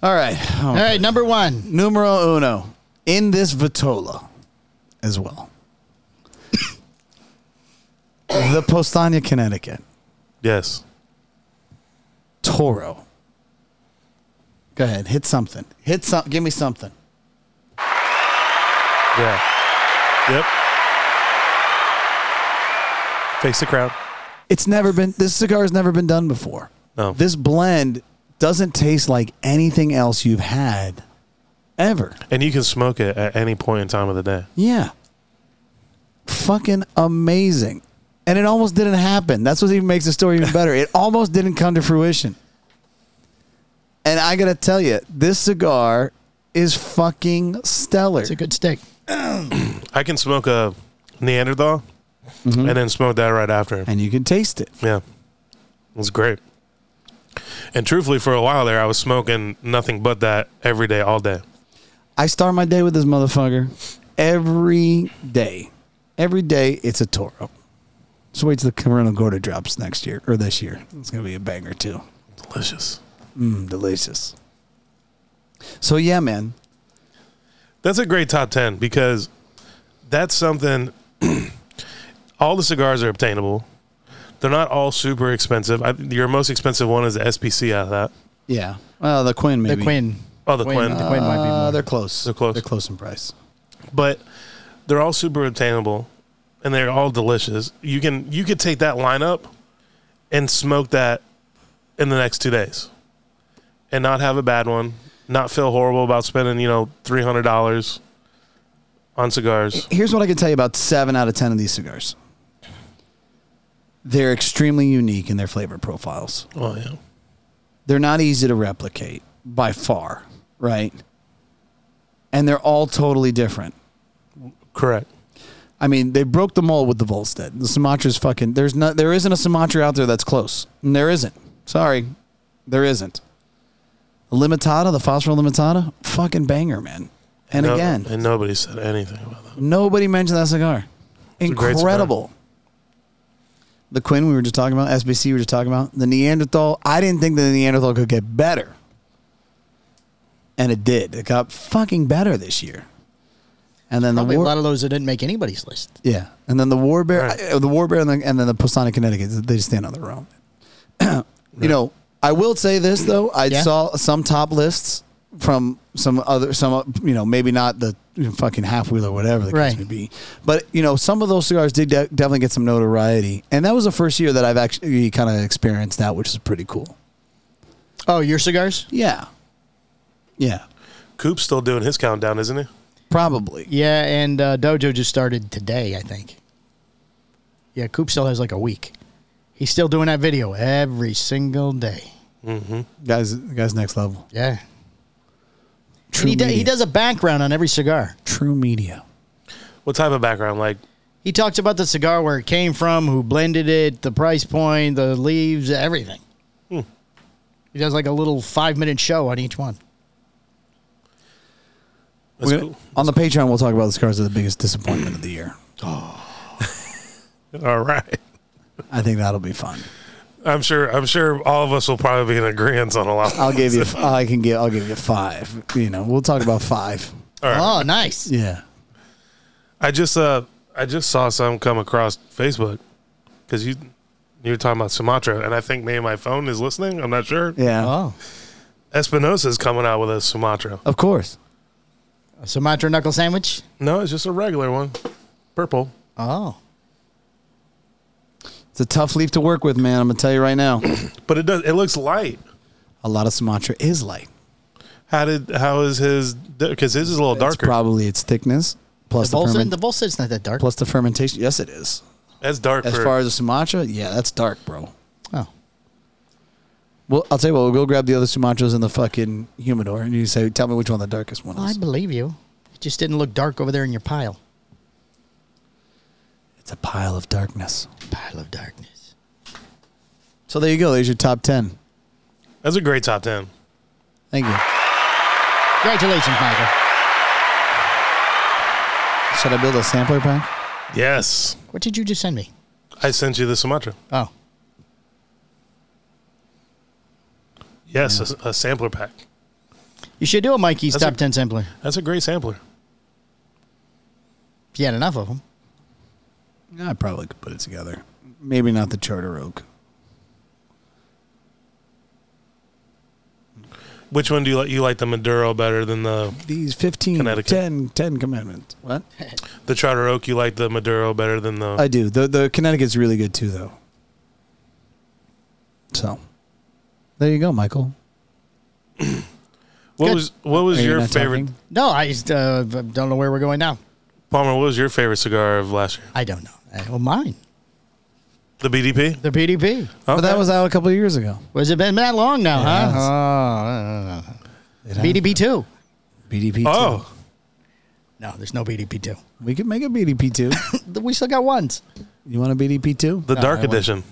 B: All right. Oh,
A: All right, number one.
B: Numero uno in this Vitola as well. the Postania, Connecticut.
D: Yes.
B: Toro. Go ahead, hit something. Hit some. Give me something.
D: Yeah. Yep. Face the crowd.
B: It's never been. This cigar's never been done before.
D: No.
B: This blend doesn't taste like anything else you've had ever.
D: And you can smoke it at any point in time of the day.
B: Yeah. Fucking amazing. And it almost didn't happen. That's what even makes the story even better. It almost didn't come to fruition. And I got to tell you, this cigar is fucking stellar.
A: It's a good stick.
D: I can smoke a Neanderthal
B: Mm-hmm.
D: and then smoke that right after.
B: and you can taste it.
D: Yeah. It was great. And truthfully, for a while there, I was smoking nothing but that every day, all day.
B: I start my day with this motherfucker every day. Every day, it's a Toro. Just wait till the Corona Gorda drops next year or this year. It's going to be a banger, too.
D: Delicious.
B: Mm, delicious. So, yeah, man.
D: That's a great top 10 because that's something. all the cigars are obtainable. They're not all super expensive. I, your most expensive one is the SPC out of that.
B: Yeah. Well, the Quinn, maybe.
A: The Quinn.
D: Oh, the Quinn.
A: The Quinn might be
B: Uh,
A: more.
B: they're close.
D: They're close.
B: They're close in price.
D: But they're all super obtainable and they're all delicious. You can you could take that lineup and smoke that in the next two days. And not have a bad one. Not feel horrible about spending, you know, three hundred dollars on cigars.
B: Here's what I can tell you about seven out of ten of these cigars. They're extremely unique in their flavor profiles.
D: Oh yeah.
B: They're not easy to replicate by far, right? And they're all totally different.
D: Correct.
B: I mean, they broke the mold with the Volstead. The Sumatra's fucking there's not there isn't a Sumatra out there that's close. And there isn't. Sorry. There isn't. Limitada, the Phosphor Limitada, fucking banger, man. And
D: No-
B: again,
D: And nobody said anything about that.
B: Nobody mentioned that cigar.
D: a great cigar.
B: Incredible. The Quinn we were just talking about, SBC we were just talking about, the Neanderthal. I didn't think the Neanderthal could get better. And it did. It got fucking better this year. And then
A: Probably
B: the
A: a
B: war,
A: lot of those that didn't make anybody's list.
B: yeah, and then the war bear,
D: Right.
B: uh, the war bear, and, the, and then the Postonic Connecticut. They just stand on their own. You know, I will say this though. I
A: Yeah.
B: saw some top lists from some other, some uh, you know, maybe not the fucking half wheel or whatever the case
A: Right.
B: may be, but you know, some of those cigars did de- definitely get some notoriety, and that was the first year that I've actually kind of experienced that, which is pretty cool.
A: Oh, your cigars?
B: Yeah, yeah,
D: Coop's still doing his countdown, isn't he?
B: probably.
A: Yeah, and uh, Dojo just started today, I think. Yeah, Coop still has like a week. He's still doing that video every single day.
B: Guys, guys, next level.
A: Yeah.
B: True
A: And he, do-
B: media.
A: he does a background on every cigar.
B: True media.
D: What type of background? Like
A: He talks about the cigar, where it came from, who blended it, the price point, the leaves, everything.
B: Hmm.
A: He does like a little five minute show on each one.
D: that's
B: We're-
D: cool.
B: On the Patreon, we'll talk about the cigars that are the biggest disappointment of the year.
D: All right.
B: I think that'll be fun.
D: I'm sure. I'm sure all of us will probably be in agreement on a lot.
B: I'll give you. I can give. I'll give you five. You know, we'll talk about five.
D: All right.
A: Oh, nice.
B: Yeah.
D: I just uh I just saw some come across Facebook because you you were talking about Sumatra, and I think maybe my phone is listening. I'm not sure.
B: Yeah.
A: Oh,
D: Espinosa is coming out with a Sumatra.
B: Of course.
A: a Sumatra knuckle sandwich.
D: No, it's just a regular one, purple.
A: Oh,
B: It's a tough leaf to work with, man. I'm gonna tell you right now.
D: But it does. It looks light.
B: A lot of Sumatra is light.
D: How did how is his? Because his is a little
B: It's
D: darker.
B: probably its thickness plus the,
A: Volstead,
B: ferment-
A: the Volstead's not that dark.
B: plus the fermentation. Yes, it is.
D: That's dark.
B: As
D: for,
B: far as the Sumatra, yeah, that's dark, bro.
A: oh,
B: Well, I'll tell you what. We'll go grab the other Sumatras in the fucking humidor, and you say, "Tell me which one the darkest one
A: well, I
B: is."
A: believe you. It just didn't look dark over there in your pile.
B: It's a pile of darkness.
A: Pile of darkness.
B: So there you go. There's your top ten.
D: that's a great top ten.
B: Thank you.
A: Congratulations, Michael.
B: Should I build a sampler pack?
D: Yes,
A: What did you just send me?
D: I sent you the Sumatra.
A: Oh,
D: Yes, a s- a, sampler pack.
A: you should do a Mikey's
D: That's
A: top
D: a-
A: ten sampler.
D: That's a great sampler.
A: If you had enough of them.
B: I probably could put it together. Maybe not the Charter Oak.
D: Which one do you like? You like the Maduro better than the
B: These 15,
D: Connecticut.
B: 10, 10 commandments. What?
D: the Charter Oak? You like the Maduro better than the?
B: I do. The the Connecticut's really good too, though. So, there you go, Michael.
D: what
A: good.
D: was what
B: Are
D: was
B: you
D: your
B: not
D: favorite?
B: talking?
A: No, I just, uh, don't know where we're going now.
D: Palmer, what was your favorite cigar of last year?
A: I don't know. Uh, Well, mine,
D: The BDP.
A: the PDP.
B: But that
D: Okay.
B: was out a couple of years ago.
A: Was it been that long now,
B: Yeah,
A: huh?
B: it's-
A: Oh,
B: It
A: uh,
B: has-
A: BDP two.
B: BDP. two.
D: Oh,
A: No, there's no BDP two.
B: we could make a BDP two.
A: We still got ones.
B: you want a BDP two?
D: the Dark
A: that one.
D: Edition.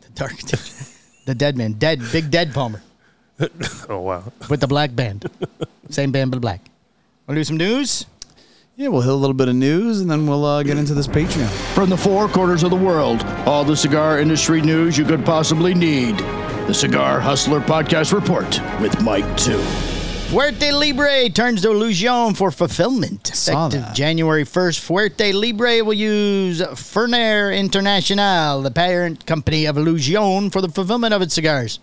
A: The dark, the dead man, dead, big dead Palmer
D: Oh wow.
A: with the black band, same band but black. Want to do some news?
B: Yeah, we'll hit a little bit of news, and then we'll uh, get into this Patreon.
H: From the four corners of the world, all the cigar industry news you could possibly need. The Cigar Hustler Podcast Report with Mike 2.
A: Fuerte Libre turns to Illusion for fulfillment.
B: Saw
A: Effective
B: that.
A: January 1st, Fuerte Libre will use Ferner International, the parent company of Illusion, for the fulfillment of its cigars.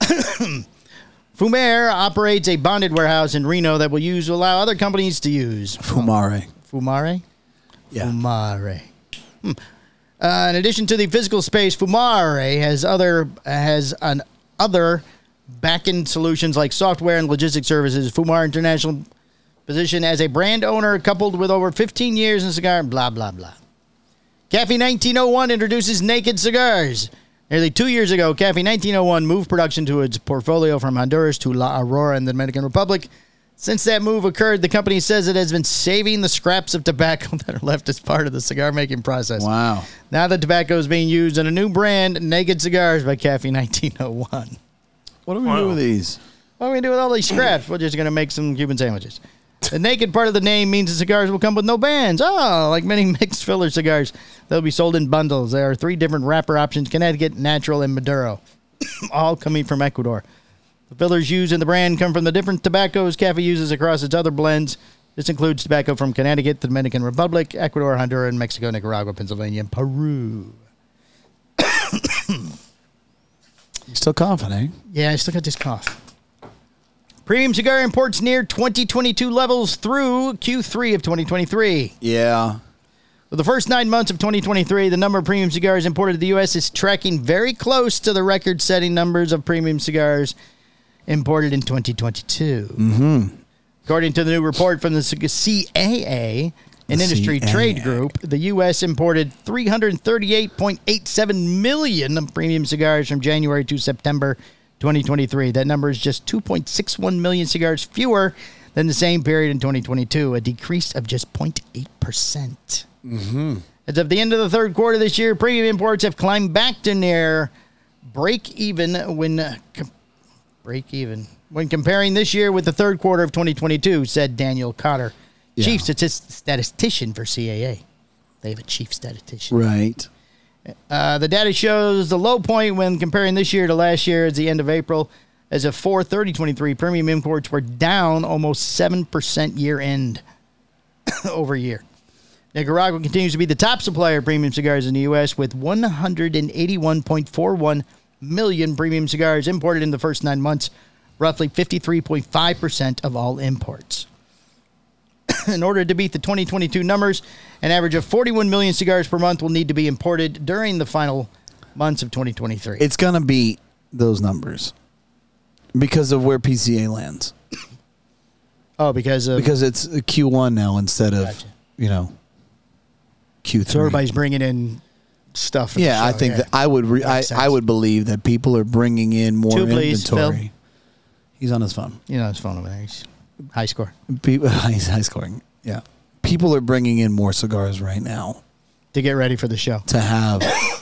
A: Fumer operates a bonded warehouse in Reno that will use to allow other companies to use.
B: Fumare.
A: Fumare?
B: Yeah.
A: Fumare. Hmm. Uh, in addition to the physical space, Fumare has other has an other back-end solutions like software and logistic services. Fumar International position as a brand owner, coupled with over 15 years in cigar, blah blah blah. Cafe 1901 introduces Naked Cigars. Nearly two years ago, Cafe 1901 moved production to its portfolio from Honduras to La Aurora in the Dominican Republic. Since that move occurred, the company says it has been saving the scraps of tobacco that are left as part of the cigar making process.
B: Wow.
A: Now the tobacco is being used in a new brand, Naked Cigars by Cafe 1901.
B: What do we
D: Wow.
B: do with these?
A: What are we going to do with all these scraps? We're just going to make some Cuban sandwiches. The naked part of the name means the cigars will come with no bands. Oh, like many mixed filler cigars, they'll be sold in bundles. There are three different wrapper options Connecticut, Natural, and Maduro, all coming from Ecuador. The fillers used in the brand come from the different tobaccos Cafe uses across its other blends. This includes tobacco from Connecticut, the Dominican Republic, Ecuador, Honduras, Mexico, Nicaragua, Pennsylvania, and Peru.
B: You still confident? eh?
A: Yeah, I still got this cough. Premium cigar imports near 2022 levels through Q3 of 2023.
B: Yeah.
A: For the first nine months of 2023, the number of premium cigars imported to the U.S. is tracking very close to the record setting numbers of premium cigars imported in 2022. Mm-hmm. According to the new report from the C- CAA, an
B: The
A: industry
B: CAA.
A: trade group, the U.S. imported 338.87 million of premium cigars from January to September 2023. That number is just 2.61 million cigars fewer than the same period in 2022, a decrease of just 0.8%. As of the end of the third quarter this year, premium imports have climbed back to near break even when uh, com- break even when comparing this year with the third quarter of 2022, said Daniel Cotter,
B: Yeah.
A: chief statist- statistician for CAA. They have a chief statistician.
B: Right.
A: Uh, the data shows the low point when comparing this year to last year is the end of April. As of 4 23 premium imports were down almost 7% year end over year. Nicaragua continues to be the top supplier of premium cigars in the U.S. with 181.41 million premium cigars imported in the first nine months, roughly 53.5% of all imports in order to beat the 2022 numbers, an average of 41 million cigars per month will need to be imported during the final months of 2023.
B: It's gonna be those numbers because of where PCA lands.
A: Oh, because of
B: because it's Q one now instead of
A: Gotcha.
B: you know Q three.
A: so everybody's bringing in stuff. for the
B: yeah, I
A: show,
B: think
A: yeah.
B: that I would re- I,
A: Makes sense.
B: I would believe that people are bringing in more
A: Two, please,
B: inventory.
A: Phil.
B: He's on his phone.
A: you know his phone over there. He's high score.
B: People, he's high scoring. Yeah, people are bringing in more cigars right now
A: to get ready for the show.
B: to have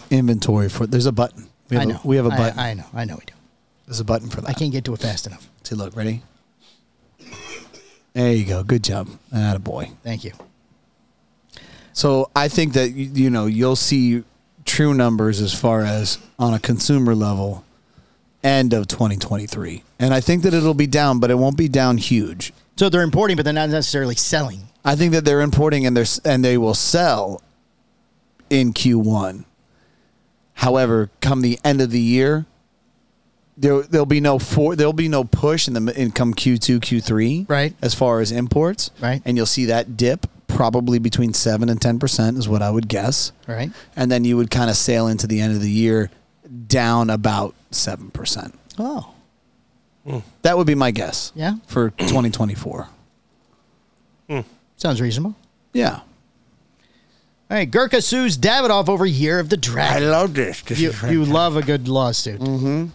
B: inventory for. There's a button. We
A: I
B: have
A: know.
B: A, we have a
A: I-
B: button.
A: I, know. I know we do.
B: there's a button for that.
A: I can't get to it fast enough.
B: See, look, ready? There you go. Good job. Attaboy. boy.
A: Thank you.
B: So I think that you, you know you'll see true numbers as far as on a consumer level end of 2023. And I think that it'll be down, but it won't be down huge.
A: So they're importing, but they're not necessarily selling.
B: I think that they're importing and they're s- and they will sell in Q1. However, come the end of the year, there there'll be no for, there'll be no push in the m- in come Q2, Q3,
A: Right.
B: As far as imports,
A: Right.
B: And you'll see that dip probably between seven and ten percent is what I would guess,
A: Right.
B: And then you would kind of sail into the end of the year down about seven percent.
A: Oh,
B: That would be my guess.
A: Yeah.
B: For 2024.
A: sounds reasonable.
B: Yeah.
A: All right, Gurkha sues Davidoff over Year of the Dragon.
B: love this. This
A: You, you love a good lawsuit. Mm-hmm.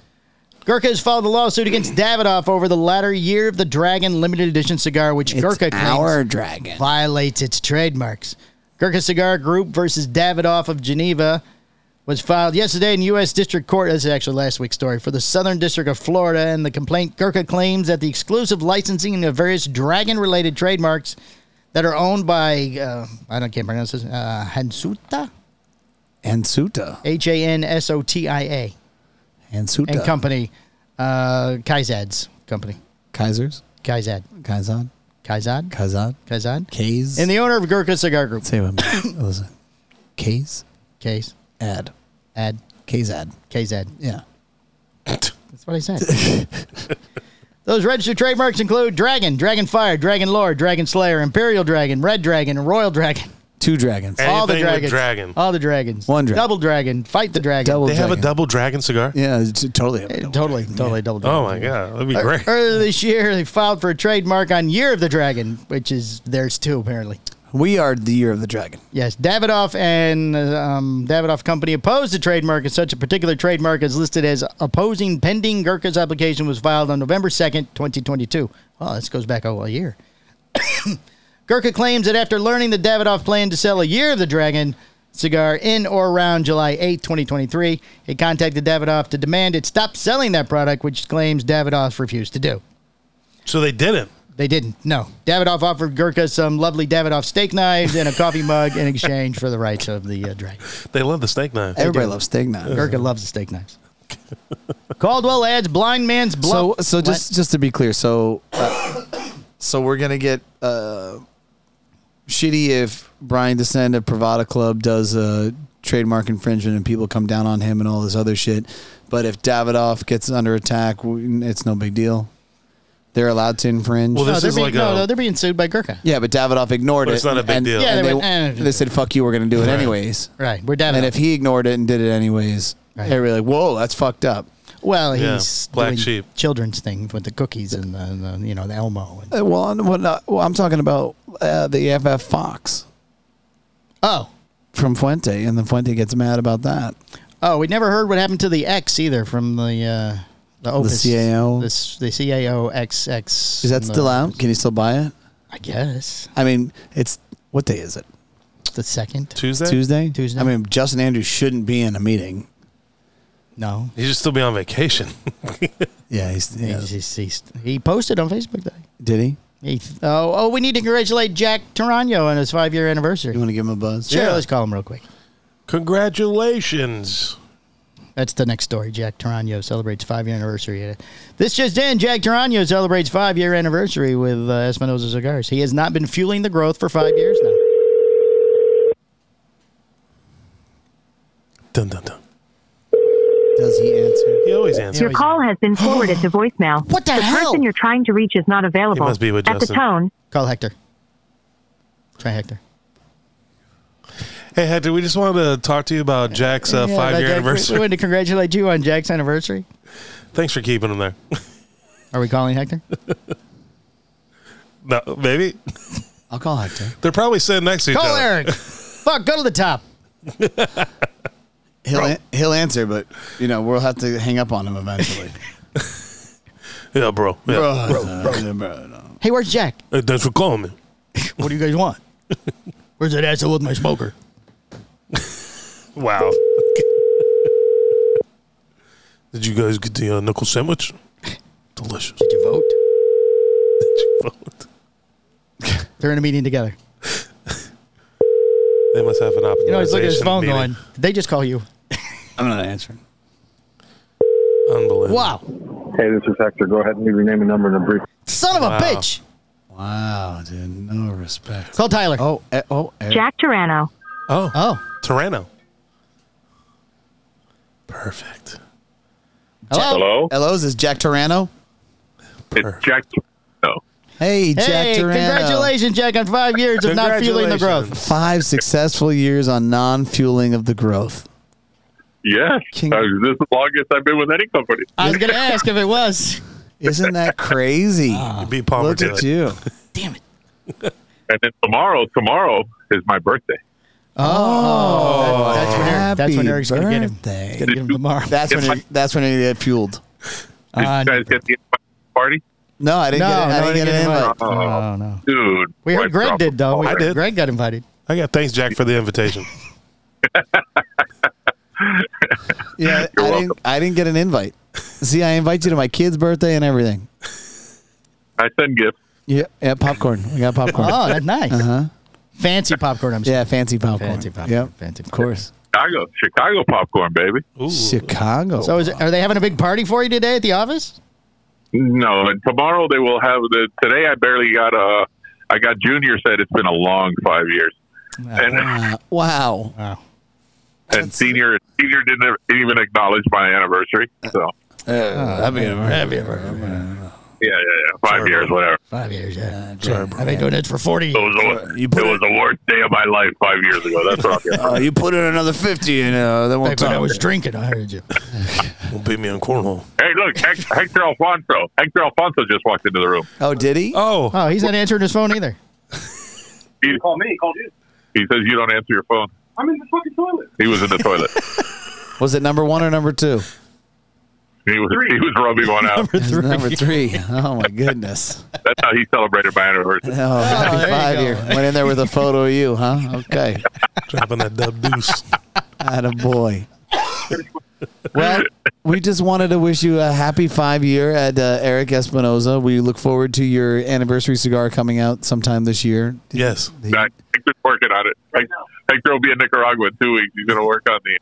A: Gurkha has filed a lawsuit against Davidoff over the latter Year of the Dragon limited edition cigar, which Gurkha claims
B: dragon.
A: violates its trademarks. Gurkha Cigar Group versus Davidoff of Geneva was filed yesterday in U.S. District Court. This is actually last week's story for the Southern District of Florida. And the complaint Gurkha claims that the exclusive licensing of various dragon related trademarks that are owned by, uh, I don't, can't pronounce this, uh, Hansuta?
B: Ansuta.
A: H A N S O T I A
B: Ansuta.
A: and company, uh, Kaizad's company.
B: Kaisers.
A: Kaizad.
B: Kaizad.
A: Kaizad?
B: Kaizad.
A: Kaizad?
B: Kays.
A: And the owner of Gurkha Cigar Group.
B: Say what Listen. Kays.
A: Kays.
B: Ad.
A: Ad.
B: Kaizad.
A: Kaizad.
B: Yeah.
A: That's what I said. Those registered trademarks include Dragon, Dragon Fire, Dragon Lord, Dragon Slayer, Imperial Dragon, Red Dragon, and Royal Dragon.
B: Two dragons.
D: And-
A: All the
D: Anything
A: dragons.
D: with dragon.
A: All the dragons.
B: One dragon.
A: Double Dragon. Fight the dragon.
B: Double
D: They have a
B: dragon.
D: double dragon cigar.
B: Yeah, it's totally. have a
A: Eh,
B: double
A: Totally,
B: dragon.
A: totally double dragon.
D: Oh my god, that'd be great.
A: Earlier this year, they filed for a trademark on Year of the Dragon, which is theirs too, apparently.
B: We are the year of the dragon.
A: Yes, Davidoff and uh, um, Davidoff Company opposed the trademark, and such a particular trademark is listed as opposing pending Gurkha's application was filed on November 2nd, 2022. Well, this goes back a, a year. Gurkha claims that after learning that Davidoff planned to sell a year of the Dragon cigar in or around July 8, 2023, he contacted Davidoff to demand it stop selling that product, which claims Davidoff refused to do.
D: So they didn't.
A: They didn't. No. Davidoff offered Gurkha some lovely Davidoff steak knives and a coffee mug in exchange for the rights of the uh, dragon.
D: They love the steak knife.
B: Everybody loves steak now.
A: Gurkha loves the steak knives. Caldwell adds blind man's
B: So,
A: bluff.
B: so just just to be clear, so uh, so we're gonna get uh, shitty if Brian Descend of Pravada Club does a trademark infringement and people come down on him and all this other shit. But if Davidoff gets under attack, we- it's no big deal. They're allowed to infringe.
D: Well,
A: no,
D: this
A: they're
D: is
A: being,
D: like
A: no,
D: a-
A: no, they're being sued by Gurkha.
B: yeah, but Davidoff ignored
D: But
B: it.
D: it's not a big
B: and,
D: deal.
A: Yeah,
B: and
A: they
B: they,
A: went, eh.
B: they said, "Fuck you, we're gonna do it anyways."
A: Right. We're Davidoff.
B: And if he ignored it and did it anyways,
A: Right.
B: they were like, "Whoa, that's fucked up."
A: well,
D: Yeah,
A: he's
D: black
A: doing
D: sheep.
A: children's thing with the cookies and the, and the, you know the Elmo. And,
B: Uh, Well, I'm- well, not- well, I'm talking about uh, the FF Fox.
A: oh,
B: from Fuente, and then Fuente gets mad about that.
A: oh, we never heard what happened to the X either from the uh, the Opus
B: CAO?
A: This, the CAO XX.
B: Is that still out? Can you still buy it?
A: I guess
B: I mean, it's what day is it?
A: the second.
D: Tuesday.
B: Tuesday.
A: Tuesday.
B: I mean, Justin Andrews shouldn't be in a meeting.
A: No,
D: He should still be on vacation.
B: Yeah, he's, yeah.
A: He's deceased. He posted on Facebook that
B: did he?
A: he, oh, oh, we need to congratulate Jack Tarano on his five year anniversary.
B: You want to give him a buzz?
A: Sure,
D: Yeah.
A: let's call him real quick.
D: Congratulations.
A: That's the next story. Jack Tarano celebrates five year anniversary. This just in: Jack Tarano celebrates five year anniversary with uh, Espinosa Cigars. He has not been fueling the growth for five years now.
D: Dun dun dun.
B: Does he answer?
D: He always answers.
I: Your call has been forwarded to voicemail.
A: What the
I: the
A: hell?
I: person you're trying to reach is not available.
D: It must be with
I: At the
D: Justin.
I: tone,
A: Call Hector. Try Hector.
D: Hey Hector, we just wanted to talk to you about Jack's uh,
A: Yeah,
D: five year
A: Jack, we-
D: anniversary.
A: We wanted to congratulate you on Jack's anniversary.
D: Thanks for keeping him there.
A: Are we calling Hector?
D: No, maybe
B: I'll call Hector.
D: they're probably sitting next to each
A: Call
D: other.
A: Eric. Fuck, go to the top.
B: He'll an- he'll answer, but you know we'll have to hang up on him eventually.
D: Yeah, bro. Yeah.
B: bro, bro, bro, no.
A: Hey, where's Jack?
D: Hey, thanks for calling me.
A: What do you guys want? Where's that asshole with my smoker?
D: Wow. Did you guys get the uh, knuckle sandwich? Delicious.
A: Did you vote?
D: Did you vote?
A: They're in a meeting together.
D: They must have an optimization.
A: You know, he's looking at his phone
D: meeting.
A: going, Did they just call you?
B: I'm not answering.
D: Unbelievable.
A: Wow.
J: Hey, this is Hector. Go ahead and leave your name and number in a brief.
A: Son of a
D: Wow.
A: bitch.
B: Wow, dude, no respect.
A: Call Tyler.
B: Oh, eh, oh, Eric.
I: Jack Tarano.
D: Oh,
A: Oh.
D: Toronto. Perfect.
A: Hello.
J: Hello?
B: Hello's is Jack Tarano.
J: It's Jack. No.
B: Hey,
A: Hey,
B: Jack Tarano.
A: congratulations, Jack, on five years of not fueling the growth.
D: Congratulations.
B: Five successful years on non-fueling of the growth.
J: Yes.
B: King-
J: Uh, this is the longest I've been with any company.
A: I was going to ask if it was.
B: Isn't that crazy?
A: Ah,
D: You beat Palmer
B: Look
D: to
B: at
D: it.
B: you.
A: Damn it.
J: And then tomorrow, tomorrow is my birthday.
A: Oh, that's when, Eric, that's when
B: Happy
A: Eric's going to get him.
B: birthday.
A: He's going to get him tomorrow.
B: That's when you, that's when you get fueled.
J: Did
A: Uh,
J: you guys get the invite party?
B: No, I didn't
A: No,
B: get. it. I
A: no,
B: didn't get an invite.
J: Oh,
A: oh, no.
J: dude.
A: We heard
J: What
A: Greg
J: trouble.
A: did, though. We
D: I
A: heard
D: did.
A: Greg got invited.
D: I got thanks, Jack, for the invitation.
B: Yeah,
J: You're
B: I didn't.
J: welcome.
B: I didn't get an invite. See, I invite you to my kid's birthday and everything.
J: I send gifts.
B: Yeah, yeah, popcorn. We got popcorn.
A: Oh, that's nice.
B: Uh-huh.
A: Fancy popcorn, I'm sure.
B: Yeah, fancy popcorn.
A: Fancy popcorn.
B: Yep.
A: Fancy
B: Of
A: popcorn.
B: course.
J: Chicago. Chicago popcorn, baby.
D: Ooh.
B: Chicago.
A: So is, are they having a big party for you today at the office?
J: No, and tomorrow they will have the. Today I barely got a. I got Junior said it's been a long five years, and
B: Uh, wow.
A: Wow.
J: and Senior Senior didn't even acknowledge my anniversary. So yeah, yeah, yeah, five years, whatever.
A: Five years, yeah. I've been doing this for 40
J: It
A: years.
J: was, the- it was the worst day of my life five years ago. That's what I'm getting.
B: uh, you put in another fifty, and uh, then we'll
A: Back when I
B: talk.
A: was drinking, I heard you.
D: Don't beat me on cornhole.
J: Hey, look, Hec- Hector Alfonso. Hector Alfonso just walked into the room.
B: Oh, did he?
D: Oh,
A: Oh, he's not answering his phone either.
J: He called me. called you. He says you don't answer your phone. I'm in the fucking toilet. He was in the toilet.
B: Was it number one or number two?
J: He was he was rubbing one out.
B: It was number three. Oh my goodness.
J: That's how he celebrated my anniversary.
B: Oh, happy
A: there you
B: five
A: go.
B: year. Went in there with a photo of you, huh? Okay.
D: dropping that dub deuce.
B: Atta boy. Well, we just wanted to wish you a happy five year at uh, Eric Espinoza. We look forward to your anniversary cigar coming out sometime this year.
D: Yes.
J: Back- Hector's working on it. Hec- Hector will be in Nicaragua in two weeks. He's going to work on the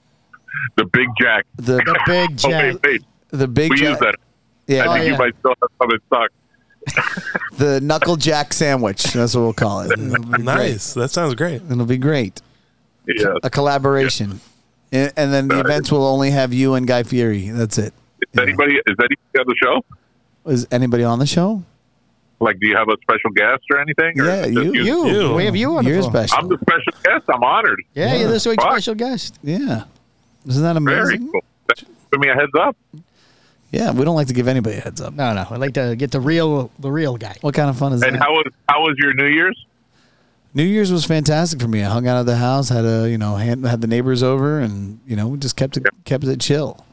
J: the big jack.
B: The
A: Big
J: Okay,
A: Jack.
J: wait.
B: the big
J: we
B: jack, Oh,
J: use that.
B: Yeah,
J: I think
A: Oh, yeah.
J: you might still have some in stock.
B: the knuckle jack sandwich. That's what we'll call it. It'll be great.
D: Nice. That sounds great.
B: It'll be great.
J: Yeah,
B: A collaboration. And, and then the events will only have you and Guy Fieri. That's it.
J: Is anybody is anybody on the show?
B: Is anybody on the show?
J: Like, do you have a special guest or anything? Or
B: Yeah,
J: is it
B: you-
J: just
A: You.
D: You.
A: We have you on
B: You're
A: the phone.
B: special.
J: I'm the special guest. I'm honored.
A: Yeah, you're this week's
J: Fuck.
A: special guest.
B: yeah. Isn't that
J: Very
B: amazing?
J: cool. Thanks for Giving me a heads up.
B: Yeah, we don't like to give anybody a heads up.
A: No, no. I'd like to get the real the real guy.
B: What kind of fun is
J: And
B: that?
J: how was how was your New Year's?
B: New Year's was fantastic for me. I hung out of the house, had a you know hand, had the neighbors over, and you know just kept it kept it chill.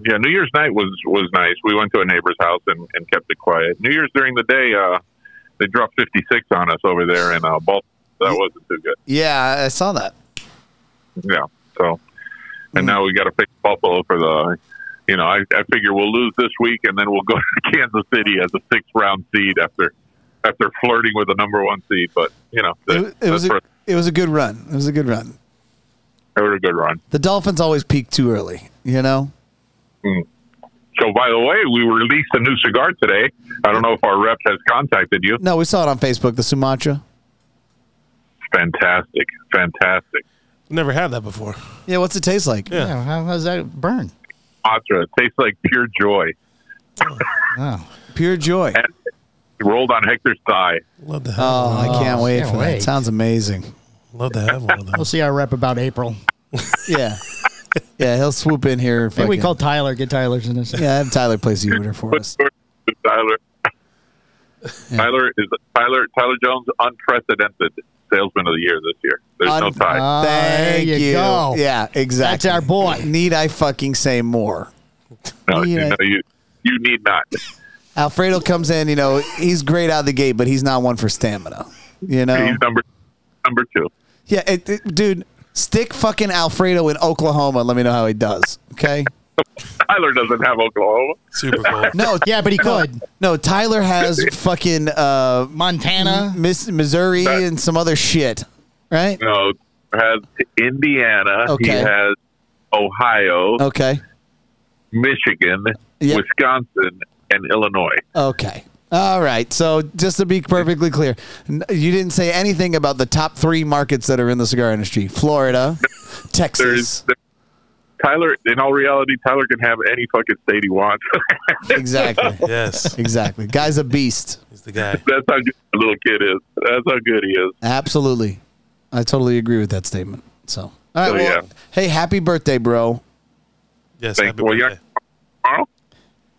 J: Yeah, New Year's night was was nice. We went to a neighbor's house and, and kept it quiet. New Year's during the day, uh, they dropped 56 on us over there in uh, Baltimore. That wasn't too good.
B: Yeah, I saw that.
J: Yeah. So, and now we got to face Buffalo for the, you know, I, I figure we'll lose this week and then we'll go to Kansas City as a sixth round seed after after flirting with the number one seed. But you know,
B: It, wa- it was a,
J: that's
B: it was a good run. It was a good run.
J: for- that was a good run.
B: The Dolphins always peak too early, you know.
J: So, by the way, we released a new cigar today. I don't know if our rep has contacted you.
B: No, we saw it on Facebook. The Sumatra.
J: Fantastic, fantastic.
D: Never had that before.
B: Yeah, what's it taste like?
D: Yeah.
A: Yeah, how, how's that burn?
J: Patra It tastes like pure joy.
A: Oh,
B: Pure joy.
J: And it rolled on Hector's thigh.
D: Love to have.
B: Oh,
D: one.
B: I can't wait
A: can't
B: for that.
A: wait.
B: Sounds amazing.
D: Love to have one of
A: we'll
D: those.
A: see our rep about April.
B: Yeah, yeah. He'll swoop in here. and
A: Maybe we
B: fucking-
A: call Tyler. Get Tyler's in this.
B: Yeah, have Tyler place the order for us.
J: Tyler. Tyler is Tyler Tyler Jones unprecedented salesman of the year this year. There's no
B: Un-
J: tie.
A: Ah, there
B: Thank
A: you
B: you.
A: go.
B: Yeah,
A: That's
B: exactly.
A: our boy.
B: Need I fucking say more?
J: no, you,
B: yeah.
J: know, you you need not.
B: Alfredo comes in, you know, he's great out of the gate, but he's not one for stamina. You know?
J: He's number number two.
B: Yeah, it, it- dude, stick fucking Alfredo in Oklahoma. and Let me know how he does. Okay?
J: Tyler doesn't have Oklahoma.
D: Super cool.
B: No,
A: Yeah, but he could.
B: no, Tyler has fucking uh,
A: Montana.
B: Miss Missouri
J: That-
B: and some other shit, right?
J: No, has Indiana. He
B: Okay.
J: has Ohio,
B: Okay.
J: Michigan,
B: Yep.
J: Wisconsin, and Illinois.
B: Okay. All right. So just to be perfectly clear, n- you didn't say anything about the top three markets that are in the cigar industry: Florida, Texas.
J: There's there, Tyler. In all reality, Tyler can have any fucking state he wants.
B: Exactly.
D: Yes,
B: Exactly. Guy's a beast.
D: he's the guy.
J: That's how good the little kid is. That's how good he is.
B: Absolutely. I totally agree with that statement. So, all right.
J: So,
B: well,
J: Oh, yeah.
B: Hey, happy birthday, bro.
D: Yes,
J: Thank
D: happy
J: you. Well, yeah,
D: birthday.
J: tomorrow.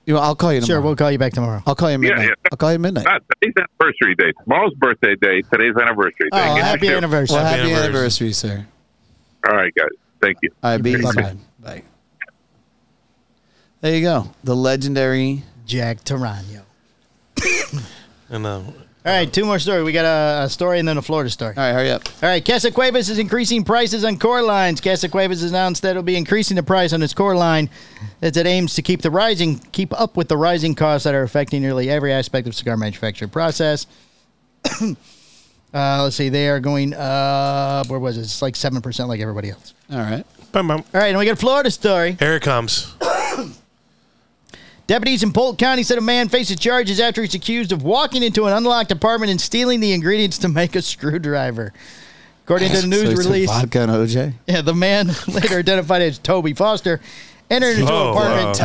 B: You know, I'll call you tomorrow.
A: Sure, we'll call you back tomorrow.
B: I'll call you
J: Yeah,
B: midnight.
J: yeah.
B: I'll call you midnight.
J: Not today's anniversary day. Tomorrow's birthday day. Today's anniversary day.
A: Oh,
J: Get
A: happy
J: your-
A: anniversary.
B: Well, happy,
D: Happy
B: anniversary,
D: anniversary.
B: sir.
J: All right, guys. Thank you.
B: All right, be
A: Peace.
B: bye-bye. Bye. There you go. The legendary.
A: Jack Tarano.
D: And um,
A: All right, two more stories. We got a, a story and then a Florida story.
B: All right, hurry up.
A: All right, Casa Cuevas is increasing prices on core lines. Casa Cuevas has announced that it'll be increasing the price on its core line as it aims to keep the rising, keep up with the rising costs that are affecting nearly every aspect of cigar manufacturing process. uh, let's see, they are going up. Where was it? It's like seven percent, like everybody else.
B: All right.
D: bum, bum.
A: All right, and we got a Florida story.
D: here it comes.
A: Deputies in Polk County said a man faces charges after he's accused of walking into an unlocked apartment and stealing the ingredients to make a screwdriver. According to the
B: So
A: news
B: he took
A: release,
B: Vodka and OJ.
A: yeah, the man later identified as Toby Foster entered into an
D: Oh, wow.
A: apartment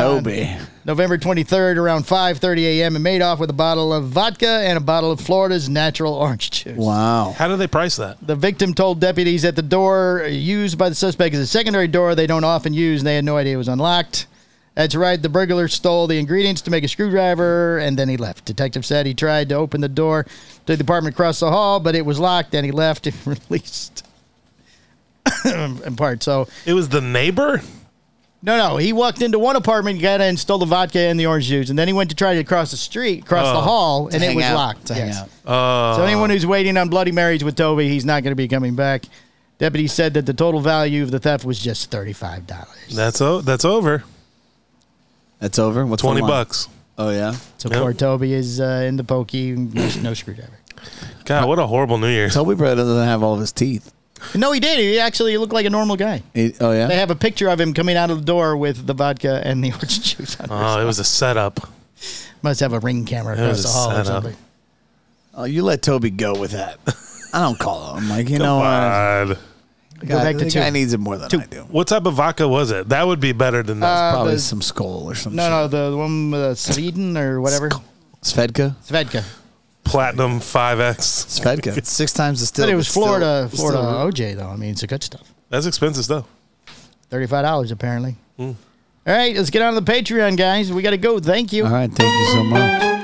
A: on November 23rd around 5:30 a.m. and made off with a bottle of vodka and a bottle of Florida's natural orange juice.
B: Wow.
D: How do they price that?
A: The victim told deputies that the door used by the suspect is a secondary door they don't often use, and they had no idea it was unlocked. That's right, the burglar stole the ingredients to make a screwdriver, and then he left. Detective said he tried to open the door to the apartment across the hall, but it was locked, and he left and released. in part, so
D: It was the neighbor.
A: no, no, he walked into one apartment, got in, stole the vodka and the orange juice, and then he went to try to cross the street, across the
D: Oh.
A: hall, and it
B: hang
A: was
B: out,
A: locked.
B: to hang out. Oh.
A: So anyone who's waiting on Bloody Marys with Toby, he's not going to be coming back. Deputy said that the total value of the theft was just thirty-five dollars.
D: Uh, That's o- that's over.
B: That's over. What's
D: Twenty
B: one line?
D: bucks.
B: Oh yeah.
A: So
D: Yep.
A: poor Toby is uh, in the pokey, no, no screwdriver.
D: God, what a horrible New Year's.
B: Toby Bro doesn't have all of his teeth.
A: No, he did. He actually looked like a normal guy.
B: He- oh yeah.
A: They have a picture of him coming out of the door with the vodka and the orange juice. On
D: Oh,
A: his-
D: it was a setup.
A: Must have a ring camera across
D: was
A: the
D: a
A: hall or
D: setup.
A: something.
B: oh, you let Toby go with that. I don't call him. Like you know what.
D: God.
A: Go back to
B: the
A: two.
B: guy needs it more than
A: Two.
B: I do.
D: What type of vodka was it? That would be better than this.
A: Uh,
B: Probably
A: the-
B: some skull or some
A: No,
B: shit.
A: no, the one with uh, Sweden or whatever.
B: Svedka.
A: Svedka.
D: Platinum 5X.
B: Svedka. It's Six times the still.
A: But it was
B: but still-
A: Florida,
B: it's
A: Florida
B: still-
A: OJ though. I mean, it's a good stuff.
D: That's expensive stuff.
A: Thirty-five dollars
B: Hmm.
A: apparently. All right, let's get on to the Patreon, guys. We got to go. Thank you.
B: All right. Thank you so much.